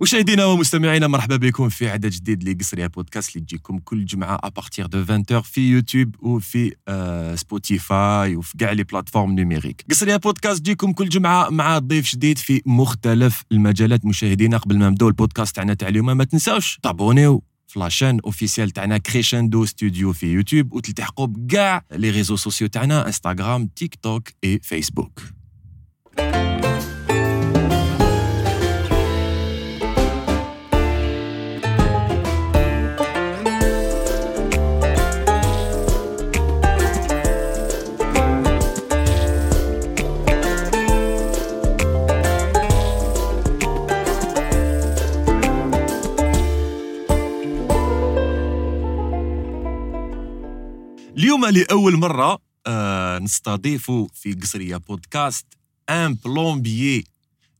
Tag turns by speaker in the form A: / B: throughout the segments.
A: مشاهدينا ومستمعينا مرحبا بكم في عدد جديد لقصرية بودكاست اللي تجيكم كل جمعة ابارتيغ دو 20 في يوتيوب وفي آه سبوتيفاي وفي كاع لي بلاتفورم نيميريك قصرية بودكاست تجيكم كل جمعة مع ضيف جديد في مختلف المجالات مشاهدينا قبل ما نبداو البودكاست تاعنا تاع اليوم ما تنساوش تابونيو في لاشين اوفيسيال تاعنا كريشندو ستوديو في يوتيوب وتلتحقوا بكاع لي ريزو سوسيو تاعنا انستغرام تيك توك اي فيسبوك اليوم لأول مرة آه نستضيف في قصرية بودكاست ان بلومبيي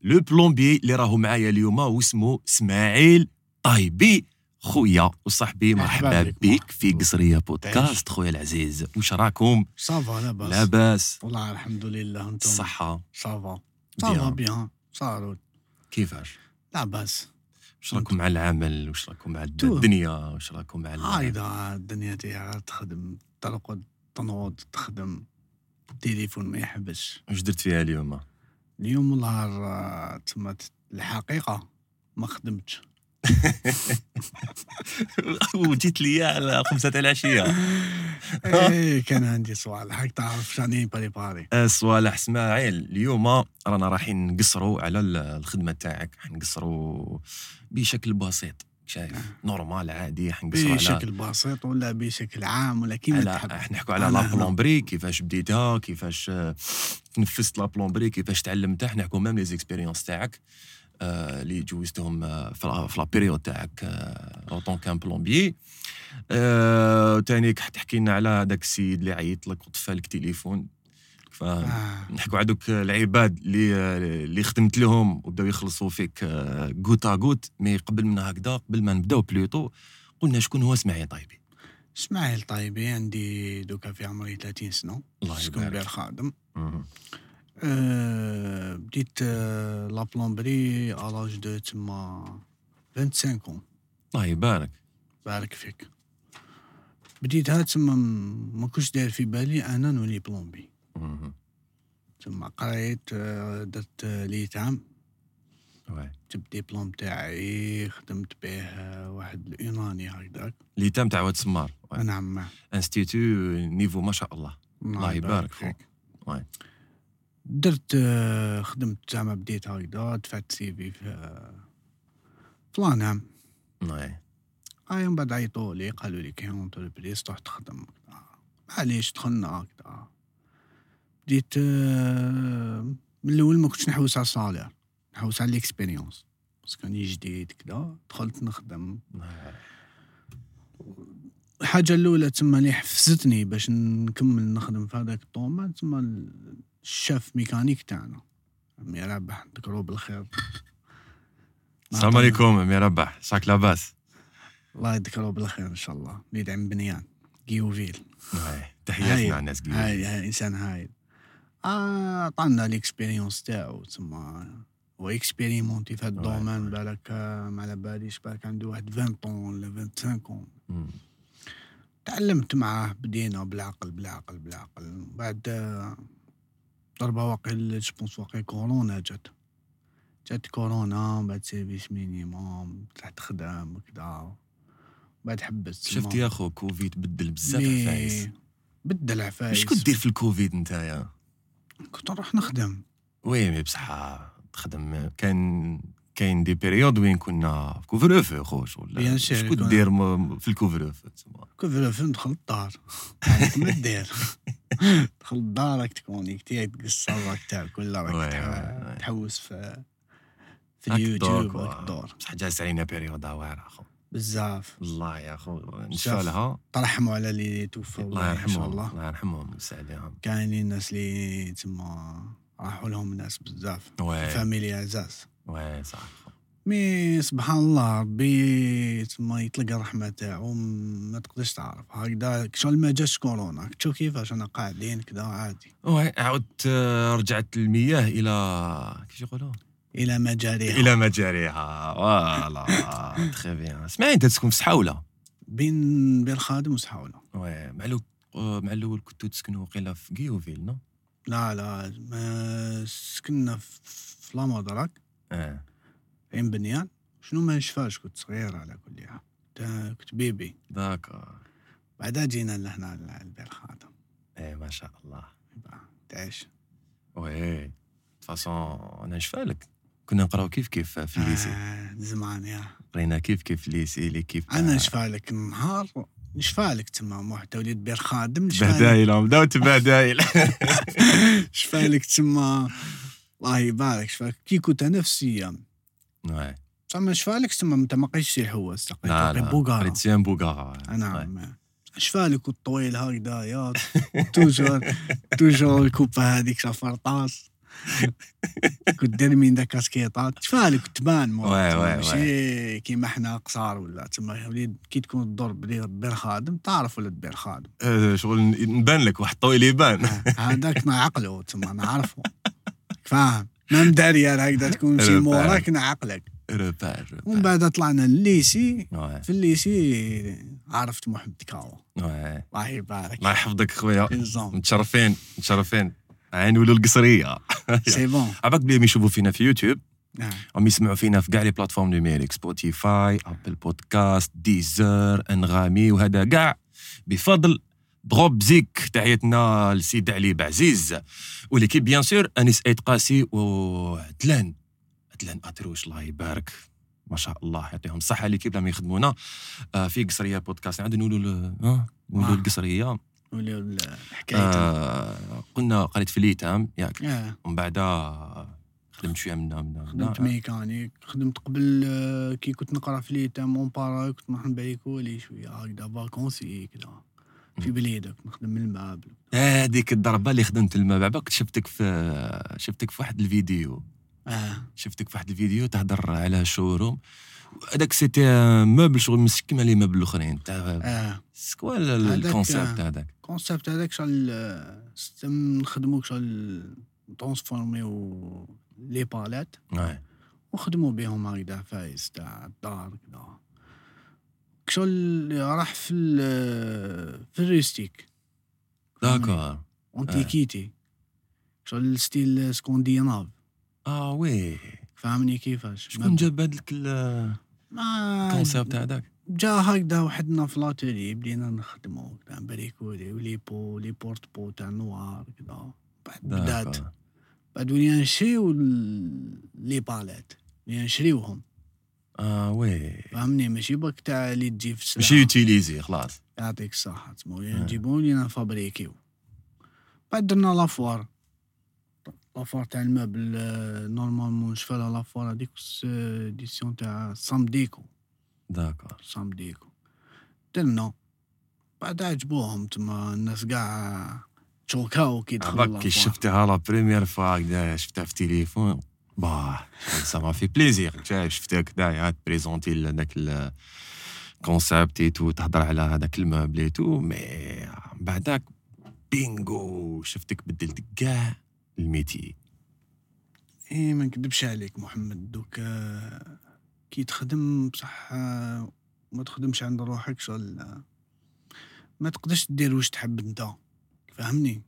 A: لو بلومبيي اللي راهو معايا اليوم واسمه اسماعيل طيبي خويا وصاحبي
B: مرحبا
A: مرحبا
B: بك.
A: بك في قصرية بودكاست خويا العزيز وش راكم
B: صافا لاباس
A: لاباس
B: والله الحمد لله انتم
A: الصحة
B: صافا صافا
A: بيان.
B: بيان صاروا
A: كيفاش
B: لاباس
A: وش راكم مع العمل وش راكم مع
B: تو.
A: الدنيا وش راكم مع ال-
B: عايدة الدنيا تاعها تخدم ترقد تنوض تخدم التليفون ما يحبش
A: وش درت فيها اليوم
B: اليوم والله راه تما الحقيقة ما خدمتش
A: وجيت لي على خمسة تاع العشية
B: ايه كان عندي سؤال حق تعرف شاني بريباري
A: صوالح اسماعيل اليوم رانا رايحين نقصروا على ال- الخدمه تاعك حنقصروا بشكل بسيط شايف نورمال عادي حنقصروا على
B: بشكل بسيط ولا بشكل عام ولا كيما
A: على
B: تحب
A: حنحكوا على
B: أنا
A: لا
B: هنا.
A: بلومبري كيفاش بديتها كيفاش آه، تنفست لا بلومبري كيفاش تعلمتها حنحكوا ميم لي زيكسبيريونس تاعك آه، اللي جوزتهم آه، في لا- في لا بيريود تاعك آه، اون طون كان بلومبيي آه، تاني تحكي لنا على هذاك السيد اللي عيط لك وطفالك تليفون فاهم
B: آه.
A: نحكوا على دوك العباد اللي اللي خدمت لهم وبداو يخلصوا فيك آه، غوتا غوت مي قبل من هكذا قبل ما نبداو بلوتو قلنا شكون هو اسماعيل طيبي
B: اسماعيل طيبي عندي دوكا في عمري 30 سنة
A: الله
B: سكون بير
A: يبارك
B: خادم
A: مهم.
B: آه، بديت آه، لا بلومبري الاج دو تما 25 ans
A: الله يبارك
B: بارك فيك بديتها تما م- ما كنتش داير في بالي انا نولي بلومبي
A: مهم.
B: تما قريت آه، درت آه، ليتام
A: واي.
B: جبت ديبلوم تاعي خدمت به آه، واحد اليوناني هكذاك
A: اللي تم تاع واد سمار واي.
B: نعم
A: انستيتو نيفو ما شاء الله الله يبارك فيك. واي.
B: درت آه، خدمت زعما بديت هكذا دفعت سي في في آه، في لانام نعم.
A: واي.
B: هاي من بعد عيطوا لي قالوا لي كاين اونتربريز تروح تخدم هكذا. معليش دخلنا هكذا بديت آه، من الاول ما كنتش نحوس على الصالير نحوس على ليكسبيريونس بس كان جديد كدا دخلت نخدم
A: واي.
B: الحاجه الاولى تما اللي حفزتني باش نكمل نخدم في هذاك الطومان تما الشاف ميكانيك تاعنا عمي رابح نذكرو بالخير
A: السلام عليكم امي ربح شاك لاباس
B: الله يذكره بالخير ان شاء الله يدعم بنيان جيوفيل
A: واي.
B: هاي.
A: تحياتنا على الناس قليل.
B: هاي هاي انسان هاي آه، عطانا ليكسبيريونس تاعو تما هو اكسبيريمونتي في هاد
A: واي،
B: الدومين
A: واي.
B: بالك آه، ما على باليش بالك عنده واحد 20 طون ولا 25 طون
A: مم.
B: تعلمت معاه بدينا بالعقل بالعقل بالعقل بعد آه، ضربة واقيل جوبونس واقيل كورونا جات جات كورونا بعد سيرفيس مينيموم طلعت خدام وكدا بعد حبست
A: شفت يا خو كوفيد بدل بزاف
B: مي-
A: عفايس
B: بدل عفايس
A: اش كنت دير في الكوفيد نتايا
B: كنت نروح نخدم
A: وي مي بصح تخدم كان كاين دي بيريود وين كنا في كوفر اوف خو شغل
B: بيان سور،
A: شكون
B: كنا-
A: دير م- في الكوفر اوف تسمى
B: كنت في الفيلم دخلت الدار عرفت ما دير دخلت الدار راك تكونيكتي راك تقصر راك تاكل
A: وي،
B: راك
A: وي، وي.
B: تح- تحوس في في
A: راك
B: اليوتيوب
A: تدور،
B: راك دور
A: بصح جالس علينا بيريود واعره خو
B: بزاف
A: والله يا خو
B: بزاف.
A: نشالها
B: ترحموا على اللي توفوا
A: الله
B: ان شاء
A: يرحمهم
B: الله
A: الله يرحمهم ويسع عليهم
B: كاينين الناس اللي تما راحوا لهم ناس بزاف
A: وي
B: فاميلي عزاز
A: وي صح خو.
B: مي سبحان الله ربي تما يطلق الرحمه تاعو م- ما تقدرش تعرف هكذا شغل ما جاش كورونا تشوف كيفاش انا
A: oh.
B: قاعدين كذا عادي
A: euh, وي عاودت آه، رجعت المياه الى كيفاش يقولوا
B: الى مجاريها
A: الى مجاريها فوالا تري بيان اسمعي انت تسكن في سحاوله
B: بين بين خادم وسحاوله
A: وي مع لو آه، مع الاول كنتو تسكنوا وقيلا في كيوفيل نو
B: لا لا ما سكننا في في لامودراك
A: اه
B: عين بنيان شنو ما نشفاش كنت صغير على كل حال تا- كنت بيبي
A: داكور
B: بعدها جينا لهنا لبير خادم
A: ايه ما شاء الله
B: تعيش
A: وي فاصون انا نشفالك كنا نقراو كيف كيف في الليسي
B: آه، زمان يا
A: قرينا كيف كيف في الليسي لي كيف
B: انا شفالك نهار نشفالك تما واحد وليد بير خادم نشفالك
A: بهدايل بداو تبهدايل
B: شفالك تما الله يبارك شفالك كي كنت انا في سيام
A: وي
B: تما شفالك تما انت ما قيتش سي حواس
A: لا
B: تقريبا
A: لا طيب.
B: بوغارا
A: قريت سيان بوغارا وي. وي.
B: نعم شفالك والطويل هكذا يا توجور توجور الكوبا هذيك فرطاس كنت دير من ذا كاسكيطات شفالك تبان مورا،
A: وي-
B: تما
A: وي-
B: ماشي كيما حنا قصار ولا تما وليد كي تكون الدور بدير بير خادم تعرف ولا بير خادم
A: آه، شغل نبان لك واحد طويل يبان
B: آه، هذاك نعقله تما نعرفه فاهم ما مداريال هكذا تكون شي
A: ربع.
B: موراك نعقلك
A: روبار
B: ومن
A: روبار
B: بعد طلعنا لليسي
A: وي
B: في الليسي عرفت محمد كاو
A: وي
B: الله يبارك
A: الله يحفظك خويا
B: الزوم
A: متشرفين متشرفين عين ولو القصريه
B: سي بون
A: عباك بلي يشوفوا فينا في يوتيوب
B: نعم.
A: راهم يسمعوا فينا في كاع لي بلاتفورم نوميريك سبوتيفاي ابل بودكاست ديزر انغامي وهذا كاع بفضل دروب زيك تاعيتنا السيد علي بعزيز وليكيب بيان سور انيس ايت قاسي وعدلان عدلان اتروش الله يبارك ما شاء الله يعطيهم الصحه ليكيب لما يخدمونا آه، في قصريه بودكاست عندنا نقولوا ال- آه، نقولوا
B: آه.
A: القصريه
B: وليو الحكايه
A: آه، قلنا قريت في اليتام ياك
B: آه.
A: ومن بعد خدمت شويه من من
B: خدمت ميكانيك خدمت قبل آه، كي كنت نقرا في ليتام اون بارا كنت نروح نبيع كولي شويه هكذا فاكونسي كذا في
A: مم.
B: بليدك نخدم من المابل
A: هذيك الضربه اللي خدمت الماء بعد كنت شفتك في شفتك في واحد الفيديو
B: اه
A: شفتك في واحد الفيديو تهضر على شوروم هذاك سيتي آه، موبل شغل مسك كيما لي موبل الاخرين تاع
B: اه
A: سكوا ال-
B: هذاك،
A: الكونسيبت
B: آه.
A: هذاك
B: كونسيبت هذاك شغل آه، ستم- نخدمو شغل ترانسفورميو لي بالات
A: آه.
B: وخدموا بهم هكذا فايز تاع الدار كذا شغل راح في ال- في الريستيك
A: داكور
B: اونتيكيتي شغل الستيل سكونديناف
A: اه وي
B: فاهمني كيفاش
A: شكون جاب هذاك
B: آه،
A: ال-
B: ما
A: الكونسيبت هذاك
B: جا هكذا وحدنا في لاتوري بدينا نخدمو كدا بريكولي ولي بو لي بورت بو تاع نوار كدا بعد بدات
A: داكور.
B: بعد ولينا نشريو ال- لي بالات ولينا نشريوهم
A: اه وي
B: فاهمني ماشي برك تاع اللي تجي في السلعة
A: ماشي يوتيليزي خلاص
B: يعطيك الصحة تسمى
A: آه.
B: ولينا نجيبو لينا نفابريكيو بعد درنا لافوار لافوار تاع المبل آه، نورمالمون شفالها لافوار هاديك س- ديسيون تاع سام ديكو
A: داكور
B: سام ديكو درنا بعد عجبوهم تما الناس كاع تشوكاو كي دخلوا
A: عباك كي
B: لافوار.
A: شفتها لا بريمير فوا هكذا شفتها في تليفون باه سا ما في بليزير شايف شفتك هكذايا تبريزونتي هذاك الكونسيبت اي تو تهضر على هذاك الموبل اي تو مي من بعدك بينغو شفتك بدلت كاع الميتي
B: ايه ما نكذبش عليك محمد دوك آه، كي تخدم بصح آه، ما تخدمش عند روحك شغل آه، ما تقدرش دير واش تحب انت فهمني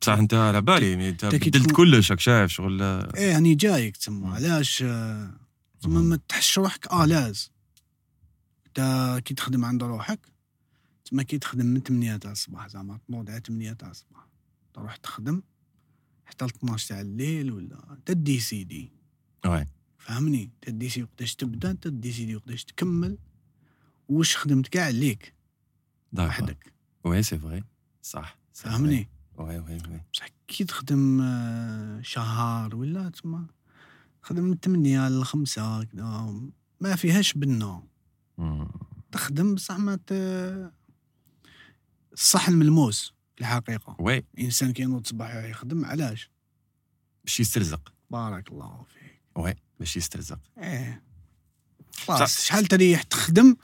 A: بصح انت على بالي مي انت
B: تا كي
A: بدلت
B: تكون-
A: كلش راك شايف شغل
B: ايه يعني جايك تما
A: مم.
B: علاش آه، تما ما تحش روحك الاز تا كي تخدم عند روحك تما كي تخدم من 8 تاع الصباح زعما تنوض على 8 تاع الصباح تروح تخدم حتى ل 12 تاع الليل ولا تدي سيدي
A: وي
B: فهمني تديسي وقتاش تبدا تديسيدي وقتاش تكمل واش خدمت كاع عليك
A: داكور
B: وحدك
A: وي سي فري صح c'est vrai.
B: فهمني
A: وي وي وي
B: بصح كي تخدم آه، شهر ولا تما خدم من 8 ل 5 كدا ما فيهاش بنا
A: مم.
B: تخدم بصح ما ت... الصح الملموس في الحقيقه
A: وي
B: الانسان كي ينوض الصباح يخدم علاش
A: باش يسترزق
B: بارك الله فيك إيه.
A: وي باش يسترزق
B: ايه خلاص شحال تريح تخدم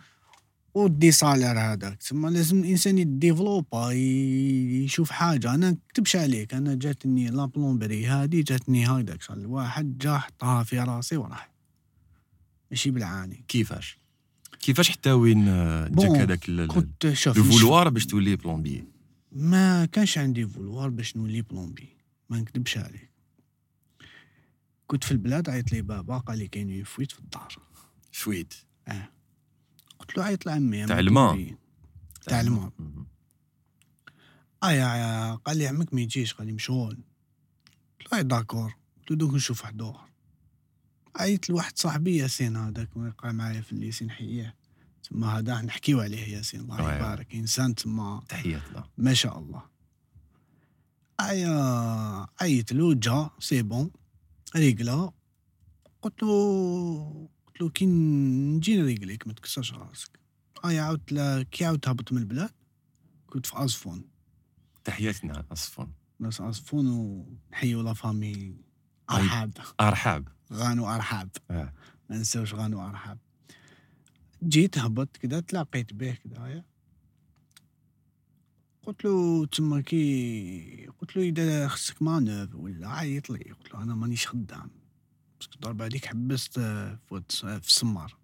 B: ودي سالير هذاك تسمى لازم الانسان يديفلوبا ي- يشوف حاجه انا نكتبش عليك انا جاتني لا بلومبري هادي جاتني هكذاك شغل واحد جا حطها في راسي وراح ماشي بالعاني
A: كيفاش كيفاش حتى وين آه، جاك
B: بون،
A: هذاك ال- ال-
B: كنت شوف
A: لو
B: مش-
A: فولوار باش تولي بلومبي
B: ما كانش عندي فولوار باش نولي بلومبي ما نكذبش عليك كنت في البلاد عيط لي بابا قال لي كاين اون فويت في الدار
A: شويت
B: قلت له عيط لعمي
A: تاع الماء.
B: تاع الماء. اه يا يا قال لي عمك ما يجيش قال لي مشغول قلت له اي داكور قلت له دوك نشوف واحد اخر عيط لواحد صاحبي ياسين هذاك ما يقرا معايا في الليسي نحييه تما هذا نحكيو عليه ياسين الله
A: واي.
B: يبارك انسان تما
A: تحياتنا
B: ما شاء الله عيا عيط له جا سي بون ريقلا قلت له قلت له كي نجي نريقليك ما تكسرش راسك آه، ايا عاودت له- كي عاودت هبط من البلاد كنت في ازفون
A: تحياتنا اصفون
B: ناس ازفون ونحيو لا فامي
A: طيب.
B: ارحاب
A: ارحاب
B: غانو ارحاب
A: آه.
B: ما نساوش غانو ارحاب جيت هبطت كدا تلاقيت به كدايا قلت له تما كي قلت له اذا خصك مانوف ولا عيط لي قلت له انا مانيش خدام باسكو ضرب عليك حبست آه، في واد- في السمار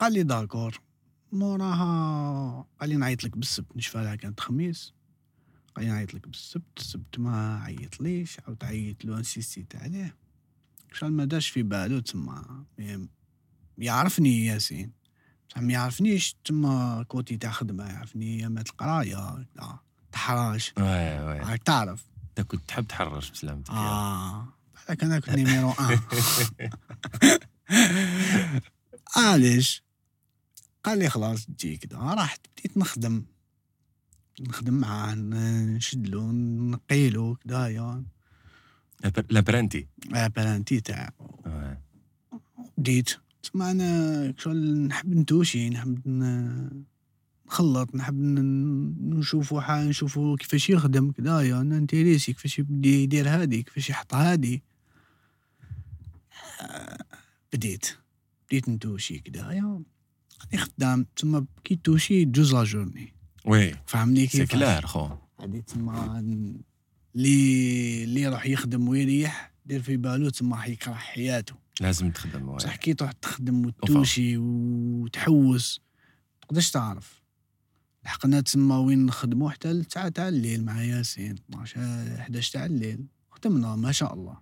B: قال لي داكور موراها قال لي نعيط لك بالسبت نشفى لها كانت خميس قال لي نعيط لك بالسبت السبت ما عيط ليش عاود عيط له انسيستيت عليه شحال ما داش في بالو تما مي- يعرفني ياسين بصح ما يعرفنيش تما كوتي تاع خدمه يعرفني يا مات القرايه لا تحراش
A: واه واه
B: راك تعرف
A: انت كنت تحب تحرش بسلامتك يا.
B: اه بالك انا كنت نيميرو ان آه. علاش آه، قال لي خلاص تجي كدا رحت بديت نخدم نخدم معاه ن- نشدلو نقيلو كدايا
A: لابر- لابرانتي
B: آه، بلانتي تاعو
A: واه.
B: بديت تسمع انا شغل نحب نتوشي نحب ن- نخلط نحب ن- نشوفو حا نشوفو كيفاش يخدم كدايا انا انتيريسي كيفاش يبدي يدير هادي كيفاش يحط هادي آه، بديت بديت نتوشي كدايا راني خدام تما كي توشي دوز لا جورني
A: وي
B: فهمني
A: سي
B: كيف
A: كلار خو
B: هادي تما ن- لي لي يروح يخدم ويريح دير في بالو تما راح يكره حياته
A: لازم تخدم واه.
B: بصح كي تروح تخدم وتوشي وتحوس تقدرش تعرف لحقنا تما وين نخدمو حتى لتسعة تاع الليل مع ياسين 12 11 تاع الليل خدمنا ما شاء الله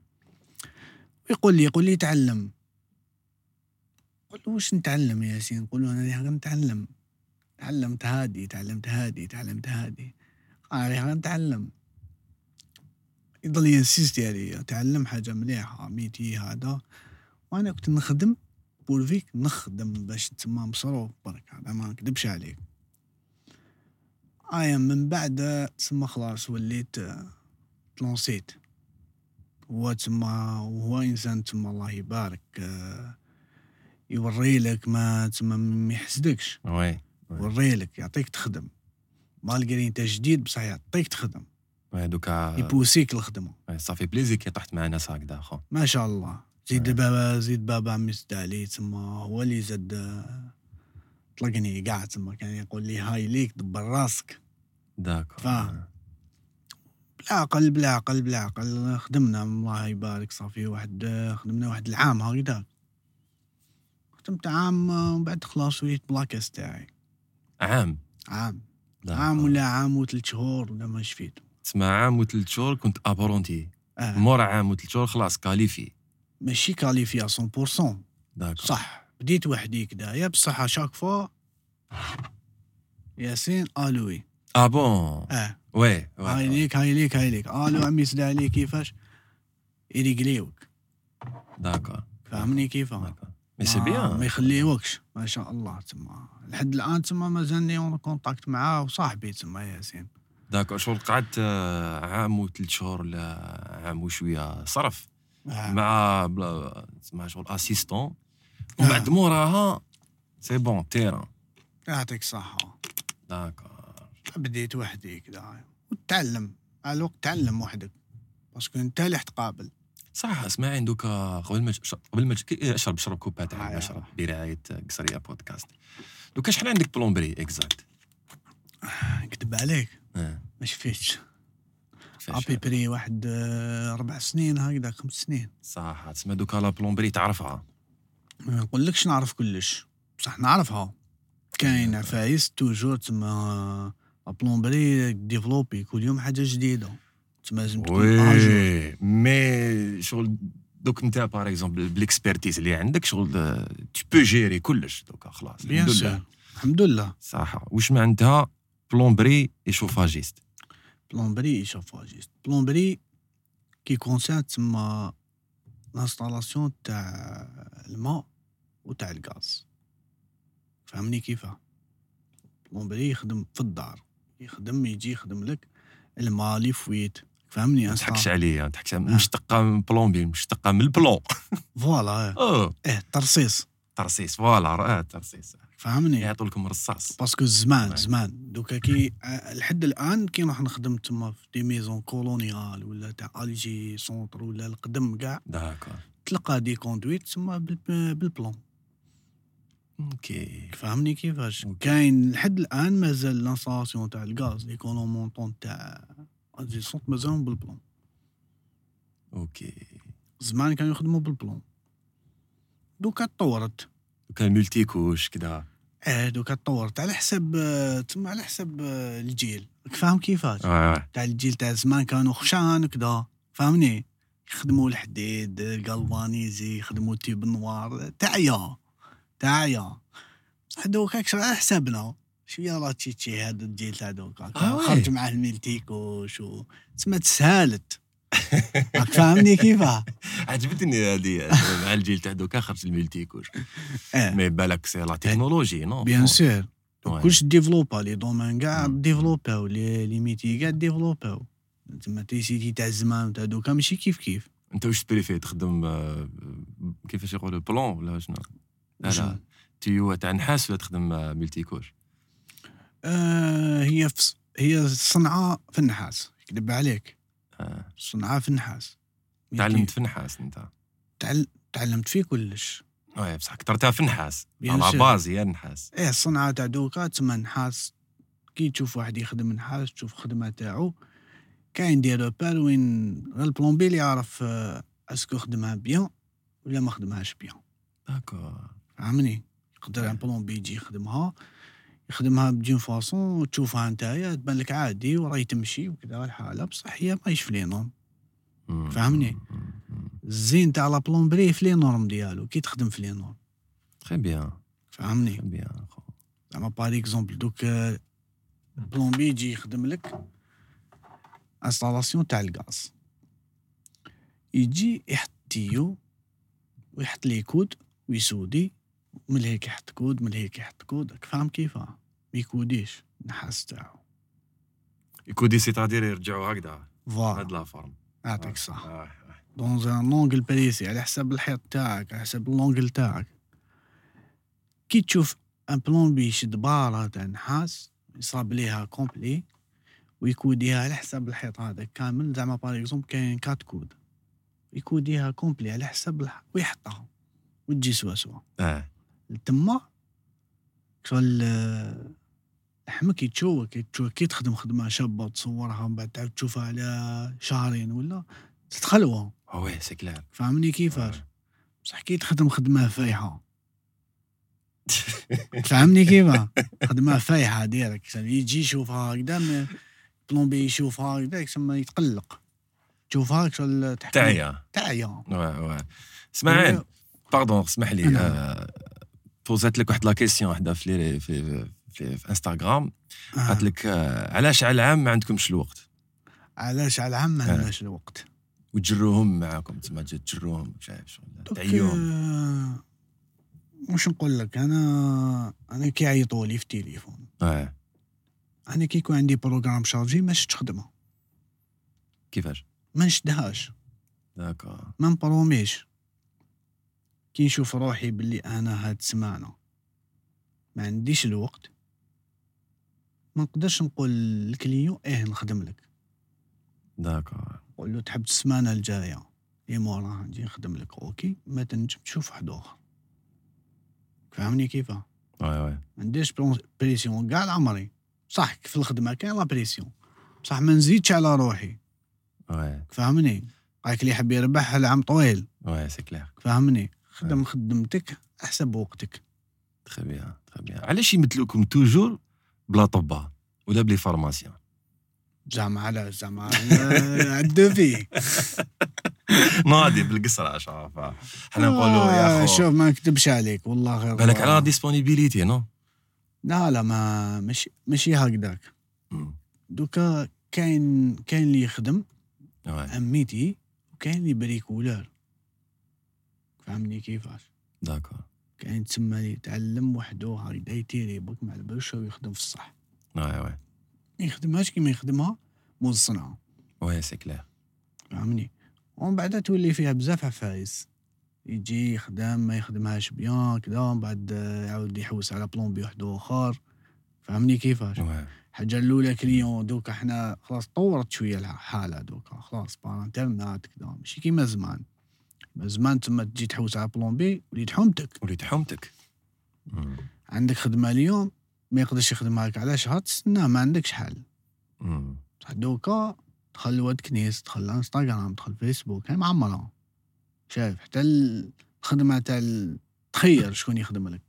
B: ويقول لي يقول لي تعلم قلت له واش نتعلم يا ياسين نقول له انا راني غير نتعلم تعلمت هادي تعلمت هادي تعلمت هادي انا راني غير نتعلم يضل ينسيستي عليا تعلم حاجه مليحه ميتي هذا وانا كنت نخدم بور فيك نخدم باش تما مصروف برك هذا ما نكذبش عليك ايا من بعد آه، تسمى خلاص وليت آه، تلونسيت هو تما وهو انسان تما الله يبارك آه، يوري لك ما تما ما يحسدكش
A: وي
B: يوري لك يعطيك تخدم مالقري انت جديد بصح يعطيك تخدم
A: وي دوكا
B: يبوسيك الخدمه
A: وي، صافي بليزي كي طحت مع ناس هكذا خو
B: ما شاء الله زيد
A: آه.
B: بابا زيد بابا عمي سد علي تما هو اللي زاد آه، طلقني قاع تما كان يقول لي هاي ليك دبر راسك
A: داكو
B: فاهم. بلا عقل بلا عقل بلا عقل خدمنا الله يبارك صافي واحد آه، خدمنا واحد العام هكذا خدمت عام آه، ومن بعد خلاص وليت بلاكاس تاعي
A: عام
B: عام
A: داكو.
B: عام ولا عام وثلاث شهور ولا ما شفيت
A: تسمع عام وثلاث شهور كنت ابورونتي
B: آه.
A: مور عام وثلاث شهور خلاص كاليفي
B: ماشي كاليفيا 100%
A: داكو
B: صح بديت وحدي كدايا بصح شاك فوا ياسين الوي
A: اه بون
B: اه
A: وي وي، وي
B: هاي ليك هاي ليك هاي ليك آه، الو عمي سد عليك كيفاش يريقليوك
A: داكو
B: فهمني كيفاه
A: داكو مي
B: Ah,
A: سي بيان
B: ما يخليوكش ما شاء الله تما لحد الان تما مازالني اون كونتاكت معاه وصاحبي تما ياسين
A: داكو شغل قعدت آه، عام وثلاث شهور ولا عام وشويه صرف
B: آه.
A: مع بلا مع شغل اسيستون ومن بعد موراها سي بون تيران
B: يعطيك الصحه
A: داكو
B: بديت وحدي كذا وتعلم مع الوقت تعلم وحدك باسكو انت اللي حتقابل
A: صح اسمعي دوكا euh, قبل ما تش- قبل ما تش- إيه، كي- اشرب اشرب كوبا تاع
B: آه،
A: العب،
B: يا.
A: اشرب برعايه قصريه بودكاست دوكا شحال عندك بلومبري اكزاكت
B: نكذب عليك
A: آه،
B: ما شفتش
A: كيفاش؟
B: ابي بري واحد آه، اربع سنين هكذا خمس سنين
A: صح تسمى دوكا لا بلومبري تعرفها
B: ما نقولكش نعرف كلش بصح نعرفها كاين عفايس توجور تما بلومبري ديفلوبي كل يوم حاجه جديده تما لازم تكون اجور
A: وي مي شغل دوك انت باغ اكزومبل بالاكسبيرتيز اللي عندك شغل آه، تي بو جيري كلش دوكا خلاص
B: بيان
A: الحمد
B: سور
A: لله
B: الحمد لله
A: صح واش معناتها بلومبري ايشوفاجيست
B: بلومبري ايشافاجيست بلومبري كي كونسان تما لانستالاسيون تاع الماء وتاع الغاز فهمني كيفاه بلومبري يخدم في الدار يخدم يجي يخدم لك الماء لي فويت فهمني
A: ما
B: انستال-
A: تحكش عليا ما تحكش مشتقه من بلومبي مشتقه من البلون
B: فوالا
A: اه
B: ايه ترصيص
A: ترصيص فوالا راه ترصيص
B: فهمني
A: يعطوا لكم رصاص
B: باسكو
A: آه.
B: زمان زمان دوكا كي آه، لحد الان كي نروح نخدم تما في دي ميزون كولونيال ولا تاع الجي سونتر ولا القدم كاع
A: داكور
B: تلقى دي كوندويت تما بال- بالبلون
A: اوكي
B: فهمني كيفاش
A: أوكي.
B: كاين لحد الان مازال لانساسيون تاع الغاز لي كولومونطون تاع الجي سونتر مازالهم بالبلون
A: اوكي
B: زمان كانوا يخدموا بالبلون دوكا تطورت
A: كان ملتي كوش كدا
B: اه دوكا تطورت على حسب آه، تما على حسب آه، الجيل راك فاهم كيفاش
A: آه، آه.
B: تاع الجيل تاع زمان كانوا خشان كدا فاهمني يخدموا الحديد قلبانيزي يخدموا التيب النوار تعيا تعيا بصح دوكا كش على حسابنا شويه راتشيتشي هذا الجيل تاع دوكا
A: آه وي.
B: خرج معاه الميلتيكوش و تسمى تسهالت راك فاهمني كيفاه
A: عجبتني هذه مع الجيل تاع دوكا خرج الملتي كوش
B: إيه.
A: مي بالك سي لا تكنولوجي نو
B: بيان سور
A: وي.
B: كلش ديفلوبا لي دومين كاع
A: مم.
B: ديفلوباو لي لي ميتي كاع ديفلوباو تما تي سيتي تاع زمان تاع دوكا ماشي كيف كيف
A: انت واش تبريفي تخدم آه، كيفاش يقولوا بلون ولا شنو لا لا تيو تاع نحاس ولا تخدم آه، ملتي كوش
B: آه هي في ص- هي الصنعة في النحاس كذب عليك
A: آه.
B: الصنعة في النحاس
A: تعلمت في النحاس انت
B: تعل... تعلمت فيه كلش
A: وي بصح كثرتها في النحاس
B: بيان
A: على
B: سور.
A: باز هي النحاس
B: ايه الصنعة تاع دوكا تسمى نحاس كي تشوف واحد يخدم نحاس تشوف الخدمة تاعو كاين دي روبار وين غير البلومبي اللي يعرف آه، اسكو خدمها بيان ولا ما خدمهاش بيان
A: داكور
B: فهمني يقدر ان بلومبي يجي يخدمها يخدمها بدون فاصون تشوفها نتايا تبان لك عادي وراي تمشي وكذا الحالة بصح هي ماهيش في لي نورم
A: مم.
B: فهمني.
A: مم. مم.
B: الزين تاع لا بلومبري في لي نورم ديالو كي تخدم في لي نورم
A: تخي بيان
B: فهمني
A: تخي بيان خو.
B: زعما باغ اكزومبل دوك آه، بلومبي يجي يخدم لك انستالاسيون تاع الغاز يجي يحط تيو ويحط لي كود ويسودي من هيك يحط كود من هيك يحط كود راك فاهم كيفاه ميكوديش النحاس تاعو
A: يكودي سي تادير يرجعوا هكذا
B: فوالا
A: هاد لا فورم
B: يعطيك صح
A: آه.
B: دون ان لونجل بريسي يعني على حسب الحيط تاعك على حسب اللونجل تاعك كي تشوف ان بلومبي يشد بارة تاع نحاس يصاب ليها كومبلي ويكوديها على حسب الحيط هذا كامل زعما باغ اكزومبل كاين كات كود يكوديها كومبلي على حسب الح... ويحطها وتجي سوا سوا
A: اه
B: تما شغل آه، لحمك يتشوك يتشوك كي تخدم خدمه شابه تصورها من بعد تعاود تشوفها على شهرين ولا تتخلوها
A: آه، وي سي كلير
B: فهمني كيفاش بصح كي تخدم خدمه فايحه فهمني كيفاه خدمه فايحه ديرك سم- يجي يشوفها هكذا م- بلومبي يشوفها هكذا يسمى يتقلق تشوفها شغل تحكي
A: تعيا
B: تعيا آه.
A: وي وي اسمعين باردون اسمح لي
B: أنا.
A: آه، بوزات لك واحد لا كيسيون واحده في لي- في في, في انستغرام
B: آه،
A: قالت لك آه، علاش على العام ما عندكمش الوقت
B: علاش على العام
A: آه.
B: ما عندناش الوقت
A: وتجروهم معاكم تما تجي تجروهم شايف شغل
B: دوك،
A: تعيوهم
B: آه، واش نقول لك انا انا كي عيطوا لي في التليفون
A: آه،
B: انا كي يكون عندي بروغرام شارجي ما شفتش خدمه
A: كيفاش
B: ما نشدهاش
A: داكور
B: ما نبروميش كي نشوف روحي باللي انا هاد السمانه ما عنديش الوقت ما نقدرش نقول للكليون ايه نخدم لك
A: داكور
B: نقول له تحب السمانه الجايه لي موراه نجي نخدم لك اوكي ما تنجم تشوف واحد اخر فهمني كيفاه
A: وي وي
B: ما عنديش برون- بريسيون كاع عمري صح في الخدمه كاين لا بريسيون بصح ما نزيدش على روحي
A: وي
B: فهمني قالك اللي يحب يربح العام طويل
A: وي سي كلير
B: فهمني خدم خدمتك احسب وقتك
A: تخي بيان تخي بيان علاش يمثلوكم توجور بلا طبا ولا بلي فارماسيان
B: زعما على زعما على- عدو فيه
A: ناضي بالقصرة شاف حنا نقولوا يا
B: آه،
A: خو
B: شوف ما نكذبش عليك والله غير
A: بالك على ديسبونيبيليتي نو
B: لا لا ما مش ماشي هكذاك
A: Mm.
B: دوكا كاين كاين اللي يخدم
A: وي
B: عميتي وكاين اللي بريكولار فهمني كيفاش
A: داكور
B: كاين تسمى اللي يتعلم وحده هكذا يتيري بك مع البرشا ويخدم في الصح
A: وي وي
B: ما يخدمهاش كيما يخدمها مول الصنعه
A: وي سي كلير
B: فهمني ومن بعد تولي فيها بزاف عفايس يجي يخدم ما يخدمهاش بيان كذا ومن بعد آه، يعاود يحوس على بلومبي واحد اخر فهمني كيفاش
A: وي
B: الحاجه الاولى كليون دوكا حنا خلاص طورت شويه الحاله دوكا خلاص بار انترنت كذا ماشي كيما زمان كيما زمان تما تجي تحوس على بلومبي وليت حومتك
A: وليد حومتك Hmm.
B: عندك خدمه اليوم ما يقدرش يخدمها لك على شهر تستناه ما عندكش حل
A: Hmm.
B: بصح دوكا دخل الواد كنيس دخل انستغرام دخل فيسبوك هاي معمره شايف حتى الخدمه تاع ال- تخير شكون يخدم لك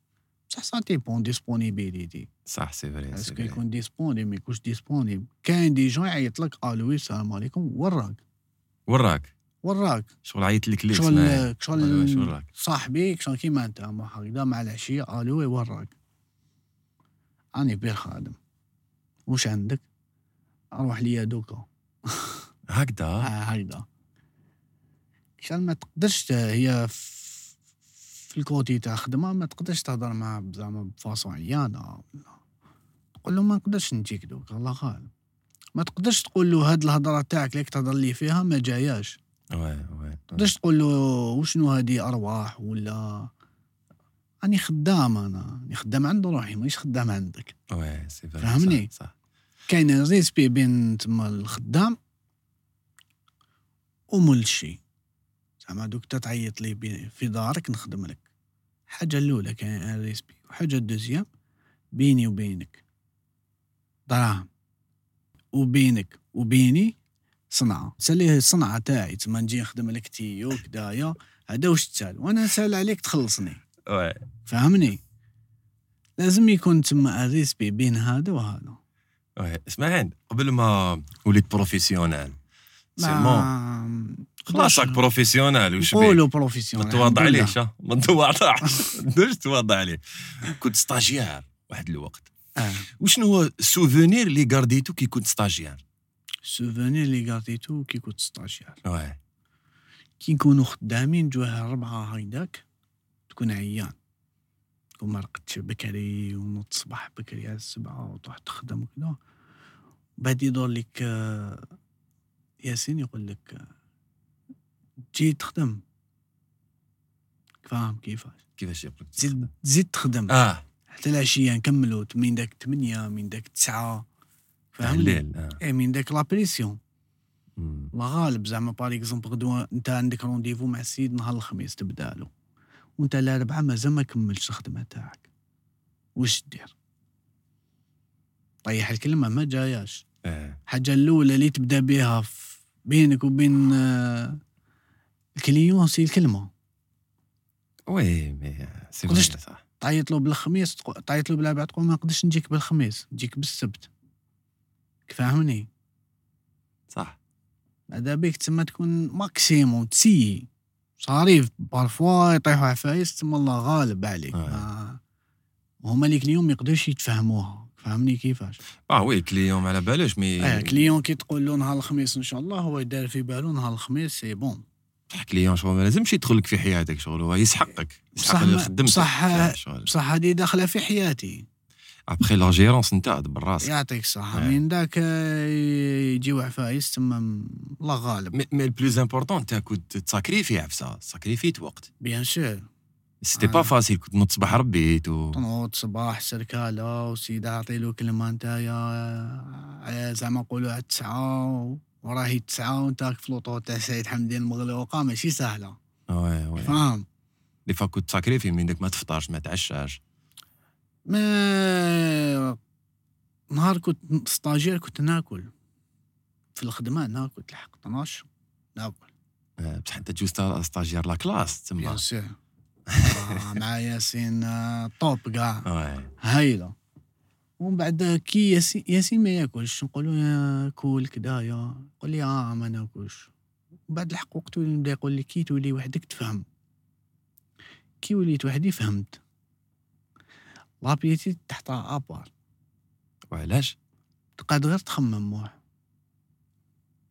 B: بصح سا ديبون ديسبونيبيليتي
A: صح سي فري سي
B: اسكو
A: فري
B: يكون ديسبونيبل ما يكونش ديسبونيبل كاين دي جون يعيط لك الوي السلام عليكم وراك
A: وراك
B: وراك
A: شغل عيط لك ليش معايا.
B: شغل
A: أيوا،
B: شغل
A: شغل راك.
B: صاحبي شغل كيما انت ما هكذا مع العشية الوي وراك راني بير خادم واش عندك روح ليا دوكا آه،
A: هكذا
B: هكذا كان ما تقدرش ت- هي ف- في الكوتي تاع خدمه ما تقدرش تهضر معاه زعما بفاصون عيانه ولا تقول له ما نقدرش نجيك دوك الله غالب ما تقدرش تقول له هاد الهضره تاعك اللي راك تهضر لي فيها ما جاياش
A: وي وي
B: تقدرش تقول له وشنو هادي ارواح ولا راني خدام انا راني خدام عند روحي مانيش خدام عندك
A: وي سي فري
B: فهمني؟
A: صح صح.
B: كاين ريسبي بين تما الخدام ومول الشي زعما دوك تا تعيط لي بي- في دارك نخدم لك حاجة الأولى كاين ريسبي وحاجة الدوزيام بيني وبينك دراهم وبينك وبيني صنعة سالي الصنعة تاعي تما نجي نخدم لك تيو كدايا هذا واش تسال وانا نسال عليك تخلصني
A: وي
B: فهمني لازم يكون تما ريسبي بين هذا وهذا
A: وي اسمعين قبل ما وليت بروفيسيونيل سي مون
B: ما
A: خلاص راك بروفيسيونيل وش بيك
B: قولوا بروفيسيونيل
A: ما تواضع
B: الحمد لله.
A: عليش ها ما تواضعش دوش تواضع عليه كنت ستاجير واحد الوقت
B: آه.
A: وشنو هو السوفونير اللي قرديتو كي كنت ستاجير
B: السوفونير اللي قاطيتو كي كنت 16
A: وي
B: كي نكونوا خدامين جوه ربعة هيداك تكون عيان تكون ما رقدتش بكري ونوض صباح بكري على السبعة وتروح تخدم وكذا بعد يدور لك آه، ياسين يقول لك آه، تجي تخدم فاهم كيفاش
A: كيفاش يقول
B: زيد زيد تخدم
A: اه
B: حتى العشيه نكملوا من داك 8 من داك 9
A: تاع
B: فهمني
A: الليل اه
B: ايه من داك لابريسيون
A: مم.
B: الله غالب زعما بار اكزومبل غدوه انت عندك رونديفو مع السيد نهار الخميس تبدالو وانت الاربعاء مازال ما كملتش الخدمه تاعك واش دير طيح الكلمه ما جاياش
A: اه
B: الحاجه الاولى اللي تبدا بها في- بينك وبين آه، الكليون سي الكلمه
A: وي مي آه، سي فري،
B: قدشت.
A: صح
B: تعيط له بالخميس تقو- تعيط له بالاربعاء تقول ما نقدرش نجيك بالخميس نجيك بالسبت فاهمني
A: صح
B: ماذا بيك تما تكون ماكسيموم تسيي صريف بارفوا يطيحوا عفايس تما الله غالب عليك
A: آه.
B: ما- هما ليك اليوم يقدروش يتفهموها فهمني كيفاش
A: اه وي كليون ما على بالوش مي
B: آه كليون كي تقول له نهار الخميس ان شاء الله هو يدار في بالو نهار الخميس سي بون
A: صح كليون شغل ما لازمش يدخل لك في حياتك شغل هو يسحقك يسحق
B: بصح ما- آه،
A: خدمتك
B: بصح-
A: فاهم شغل
B: بصح هذه داخله في حياتي
A: ابخي لا جيرونس نتاع دبر راسك
B: يعطيك الصحه
A: آه.
B: من ذاك يجيو عفايس تما م- الله غالب
A: مي البلوز امبورطون انت كنت تساكريفي عفسه ساكريفيت وقت
B: بيان سور
A: سيتي
B: آه.
A: با فاسيل كنت نوض صباح ربيت و
B: تنوض صباح سركالة وسيدة عطيلو كلمة نتايا على زعما نقولو على تسعة وراهي تسعة وانت راك في لوطو تاع سعيد حمدين المغلوقة ماشي سهلة
A: وي وي
B: فاهم
A: دي فوا كنت ساكريفي من ديك ما تفطرش ما تعشاش
B: ما نهار كنت ستاجير كنت ناكل في الخدمة نهار كنت لحق 12 ناكل
A: آه، بصح انت تجوز تا- ستاجير لا كلاس تما
B: بيان سور مع ياسين آه، طوب كاع
A: وي
B: هايله ومن بعد كي ياسين ياسين ما ياكلش نقول له يا كول كدايا يقول لي اه ما ناكلش من بعد الحق وقت اللي نبدا يقول لي كي تولي وحدك تفهم كي وليت وحدي فهمت لابيتي تحتها ابار
A: وعلاش
B: تقعد غير تخمم واحد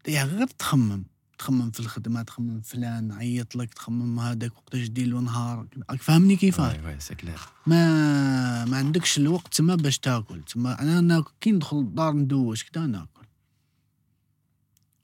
B: يعني غير تخمم تخمم في الخدمه تخمم فلان عيط لك تخمم هذاك وقتاش دير له نهار فهمني كيفاش
A: وي وي سي كلير
B: ما ما عندكش الوقت تما باش تاكل تما انا ناكل كي ندخل الدار ندوش كدا ناكل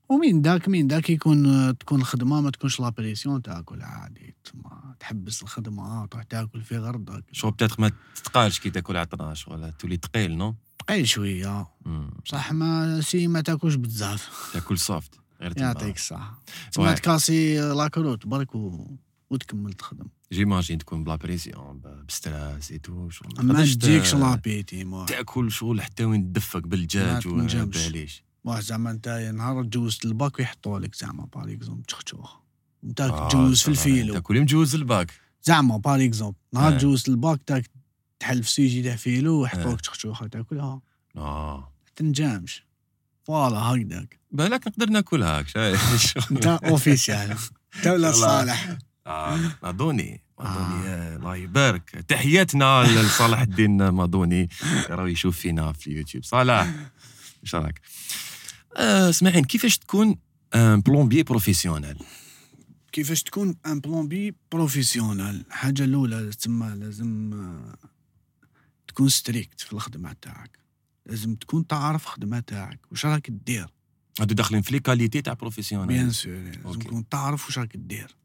B: ومين داك مين داك يكون تكون الخدمه ما تكونش لابريسيون تاكل عادي تما تحبس الخدمه تروح تاكل في غرضك
A: شغل بتاتخ ما تتقالش كي تاكل عطراش ولا تولي ثقيل نو
B: قيل شويه
A: مم.
B: بصح ما سي ما تاكلش بزاف
A: تاكل سوفت غير تما.
B: يعطيك الصحه تما
A: واه.
B: تكاسي لاكروت برك و... وتكمل تخدم
A: جيماجين تكون بلا بريسيون ب- بستراس اي تو شغل ما
B: ما
A: تقدرش
B: تجيكش
A: تا-
B: لابيتي مو-
A: تاكل شغل حتى وين تدفك بالدجاج
B: ما
A: وما
B: تنجمش.
A: باليش
B: واه زعما انت نهار تجوزت الباك ويحطوا لك زعما باغ اكزومبل تشخشوخ انت
A: آه،
B: تجوز في
A: صراحة،
B: الفيلو
A: تاكل مجوز الباك
B: زعما باغ اكزومبل
A: آه.
B: نهار تجوزت الباك تاك تحل في سيجي تاع فيلو
A: آه.
B: ويحطوك تشخشوخه تاكلها
A: اه
B: آه، تنجمش فوالا هكذاك
A: بالك نقدر ناكل هاك شاي
B: انت اوفيسيال انت ولا
A: والله.
B: صالح
A: آه، مادوني مادوني آه، الله يبارك تحياتنا لصلاح الدين مادوني راه يشوف فينا في اليوتيوب صلاح اش راك آه، اسمعين كيفاش تكون ان بلومبي بروفيسيونيل
B: كيفاش تكون ان بلومبي بروفيسيونال الحاجه الاولى تسمى لازم آه، تكون ستريكت في الخدمه تاعك لازم تكون تعرف الخدمه تاعك واش راك دير
A: هادو داخلين في لي كاليتي تاع بروفيسيونيل
B: بيان سور يعني. لازم
A: أوكي.
B: تكون تعرف واش راك دير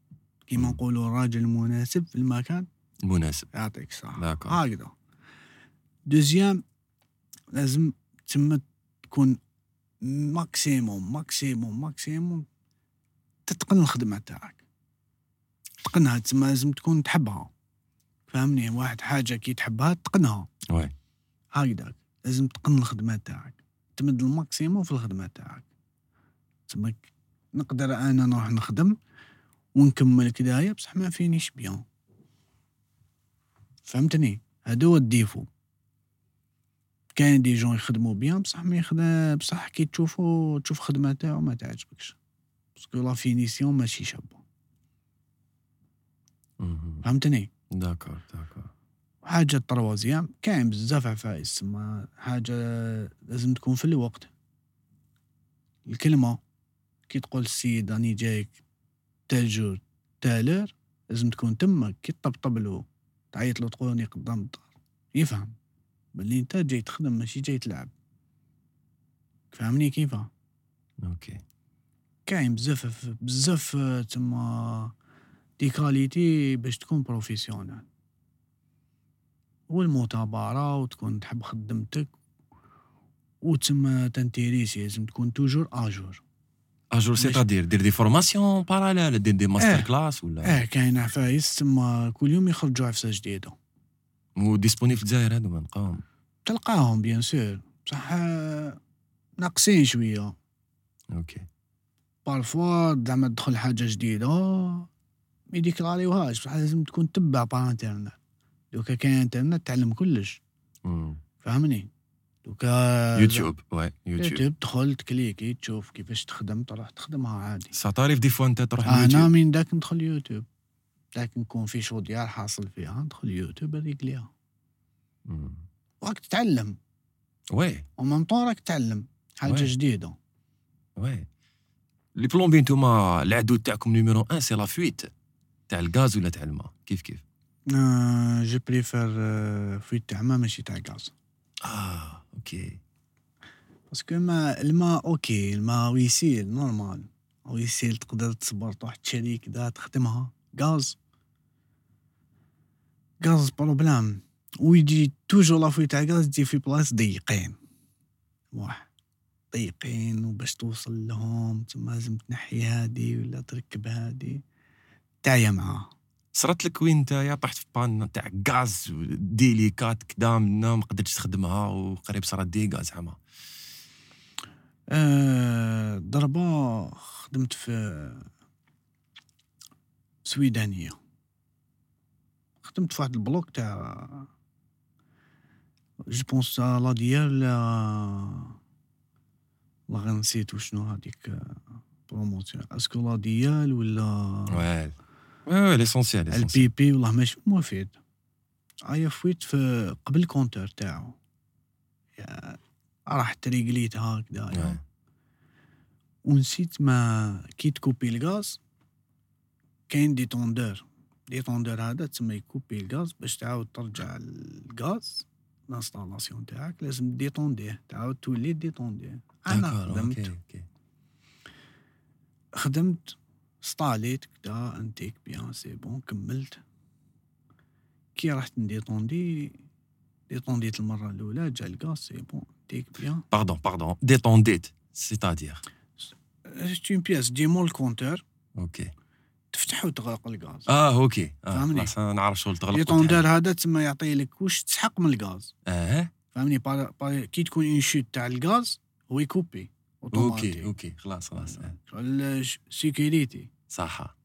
B: كيما
A: مم.
B: نقولوا الراجل المناسب في المكان
A: المناسب
B: يعطيك الصحة
A: داكور.
B: هكذا دوزيام لازم تما تكون ماكسيموم ماكسيموم ماكسيموم تتقن الخدمة تاعك تقنها تما لازم تكون تحبها فهمني واحد حاجة كي تحبها تقنها
A: وي
B: هكذاك لازم تقن الخدمه تاعك تمد الماكسيموم في الخدمه تاعك تما ك- نقدر انا نروح نخدم ونكمل كدايا بصح ما فينيش بيان فهمتني هذا هو الديفو كاين دي جون يخدموا بيان بصح ما يخدم بصح كي تشوفو تشوف خدمه تاعو ما تعجبكش باسكو لا فينيسيون ماشي شابه
A: مهم.
B: فهمتني
A: داكور داكور
B: حاجة التروازيام كاين بزاف عفايس تما حاجة لازم تكون في الوقت الكلمة كي تقول السيد راني جايك تا جور تا لير لازم تكون تمك كي تطبطب له تعيط له تقول راني قدام الدار يفهم بلي انت جاي تخدم ماشي جاي تلعب فهمني كيفاه
A: اوكي
B: كاين بزاف بزاف تما دي كاليتي باش تكون بروفيسيونال والمثابرة وتكون تحب خدمتك وتما تنتيريسي لازم تكون توجور اجور
A: اجور
B: ماشي.
A: سيتادير دير دي فورماسيون باراليل دير دي ماستر
B: آه.
A: كلاس ولا
B: اه كاين عفايس تما كل يوم يخرجوا عفسة جديدة
A: وديسبوني في الجزائر هادو ما نلقاهم
B: تلقاهم بيان سور بصح آه، ناقصين شوية
A: اوكي
B: بارفوا زعما تدخل حاجه جديده ما يديكلاريوهاش بصح لازم تكون تبع بار انترنت دوكا كاين انترنت تعلم كلش
A: مم.
B: فهمني دوكا
A: يوتيوب وي يوتيوب
B: يوتيوب تدخل تكليكي تشوف كيفاش تخدم تروح تخدمها عادي
A: سا تعرف دي فوا انت تروح
B: انا
A: اليوتيوب
B: من داك ندخل يوتيوب داك نكون في شغل ديال حاصل فيها ندخل يوتيوب هذيك ليها
A: مم.
B: وراك تتعلم
A: وي
B: ومام طون راك تعلم حاجه
A: واه.
B: جديده
A: وي لي بلومبي نتوما العدو تاعكم نيميرو ان سي لا فويت تاع الغاز ولا تاع الماء كيف كيف
B: آه جو بريفير آه، فويت تاع ما ماشي تاع غاز
A: اه اوكي
B: باسكو ما الماء اوكي الماء ويسيل نورمال ويسيل تقدر تصبر تروح تشري كدا تخدمها غاز غاز بروبلام ويجي توجور لافوي تاع غاز تجي في بلاص ضيقين واحد طيقين وباش توصل لهم تما لازم تنحي هادي ولا تركب هادي تعيا معاها
A: صرات لك وين نتايا طحت في بان تاع غاز ديليكات كدا منا ما قدرتش تخدمها وقريب صرات دي غاز عامه
B: آه، ضربة خدمت في سويدانية خدمت في واحد البلوك تاع جو بونس لا ديال لا والله غير نسيت وشنو هذيك آه، بروموسيون اسكو لا ديال ولا
A: وي وي ليسونسيال ليسونسيال
B: البي بي والله ماشي موافيد ايا فويت في قبل الكونتور تاعو يا- رحت ريقليت هكذا يا.
A: وي.
B: ونسيت ما كي تكوبي الغاز كاين دي طوندور دي طوندور هذا تسمى يكوبي الغاز باش تعاود ترجع الغاز لانستالاسيون تاعك لازم دي طونديه تعاود تولي دي طونديه انا
A: داكور،
B: خدمت
A: اوكي اوكي
B: خدمت سطاليت كدا انتيك بيان سي بون كملت كي رحت نديطوندي ديطونديت المره الاولى جا الغاز سي بون انتيك بيان
A: باردون باردون ديتونديت سيتادير
B: سيت اون بياس ديمون الكونتور
A: اوكي
B: تفتح وتغلق الغاز
A: اه اوكي اه
B: فهمني.
A: خلاص انا نعرف شغل تغلق
B: ليطوندور هذا تسمى يعطي لك واش تسحق من الغاز
A: اه
B: فهمني بار بار كي تكون اون شوت تاع الغاز هو يكوبي
A: اوكي
B: اوتوماتيك
A: اوكي خلاص خلاص آه.
B: سيكوريتي
A: صح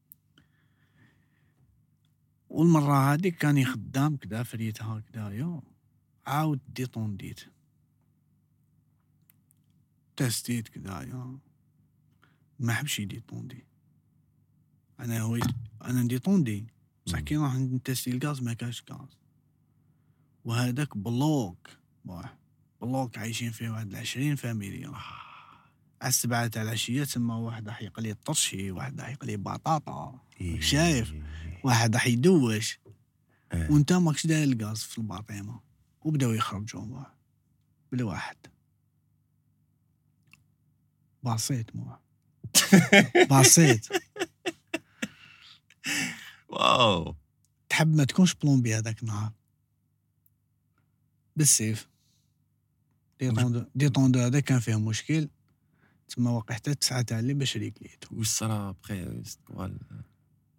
B: والمره هذيك كاني خدام كدا فريت هكذايا عاود ديطونديت تستيت كدايا ما حبش يديطوندي انا هو انا نديطوندي بصح
A: مم.
B: كي نروح نتستي الغاز ما كاش غاز وهذاك بلوك واحد بلوك عايشين فيه واحد العشرين فاميليا على السبعة تاع العشية تما واحد راح يقلي الطرشي واحد راح يقلي بطاطا شايف؟
A: Eh.
B: واحد راح يدوش
A: إيه.
B: وانت ماكش داير الغاز في الباطيمة وبداو يخرجوا واحد بالواحد بسيط مو بسيط
A: واو
B: تحب ما تكونش بلومبي هذاك النهار بالسيف ديطوندو ديطوندو هذا كان فيه مشكل تما واقع حتى تسعة تاع الليل باش ريكليتو
A: واش صرا بخي استقبال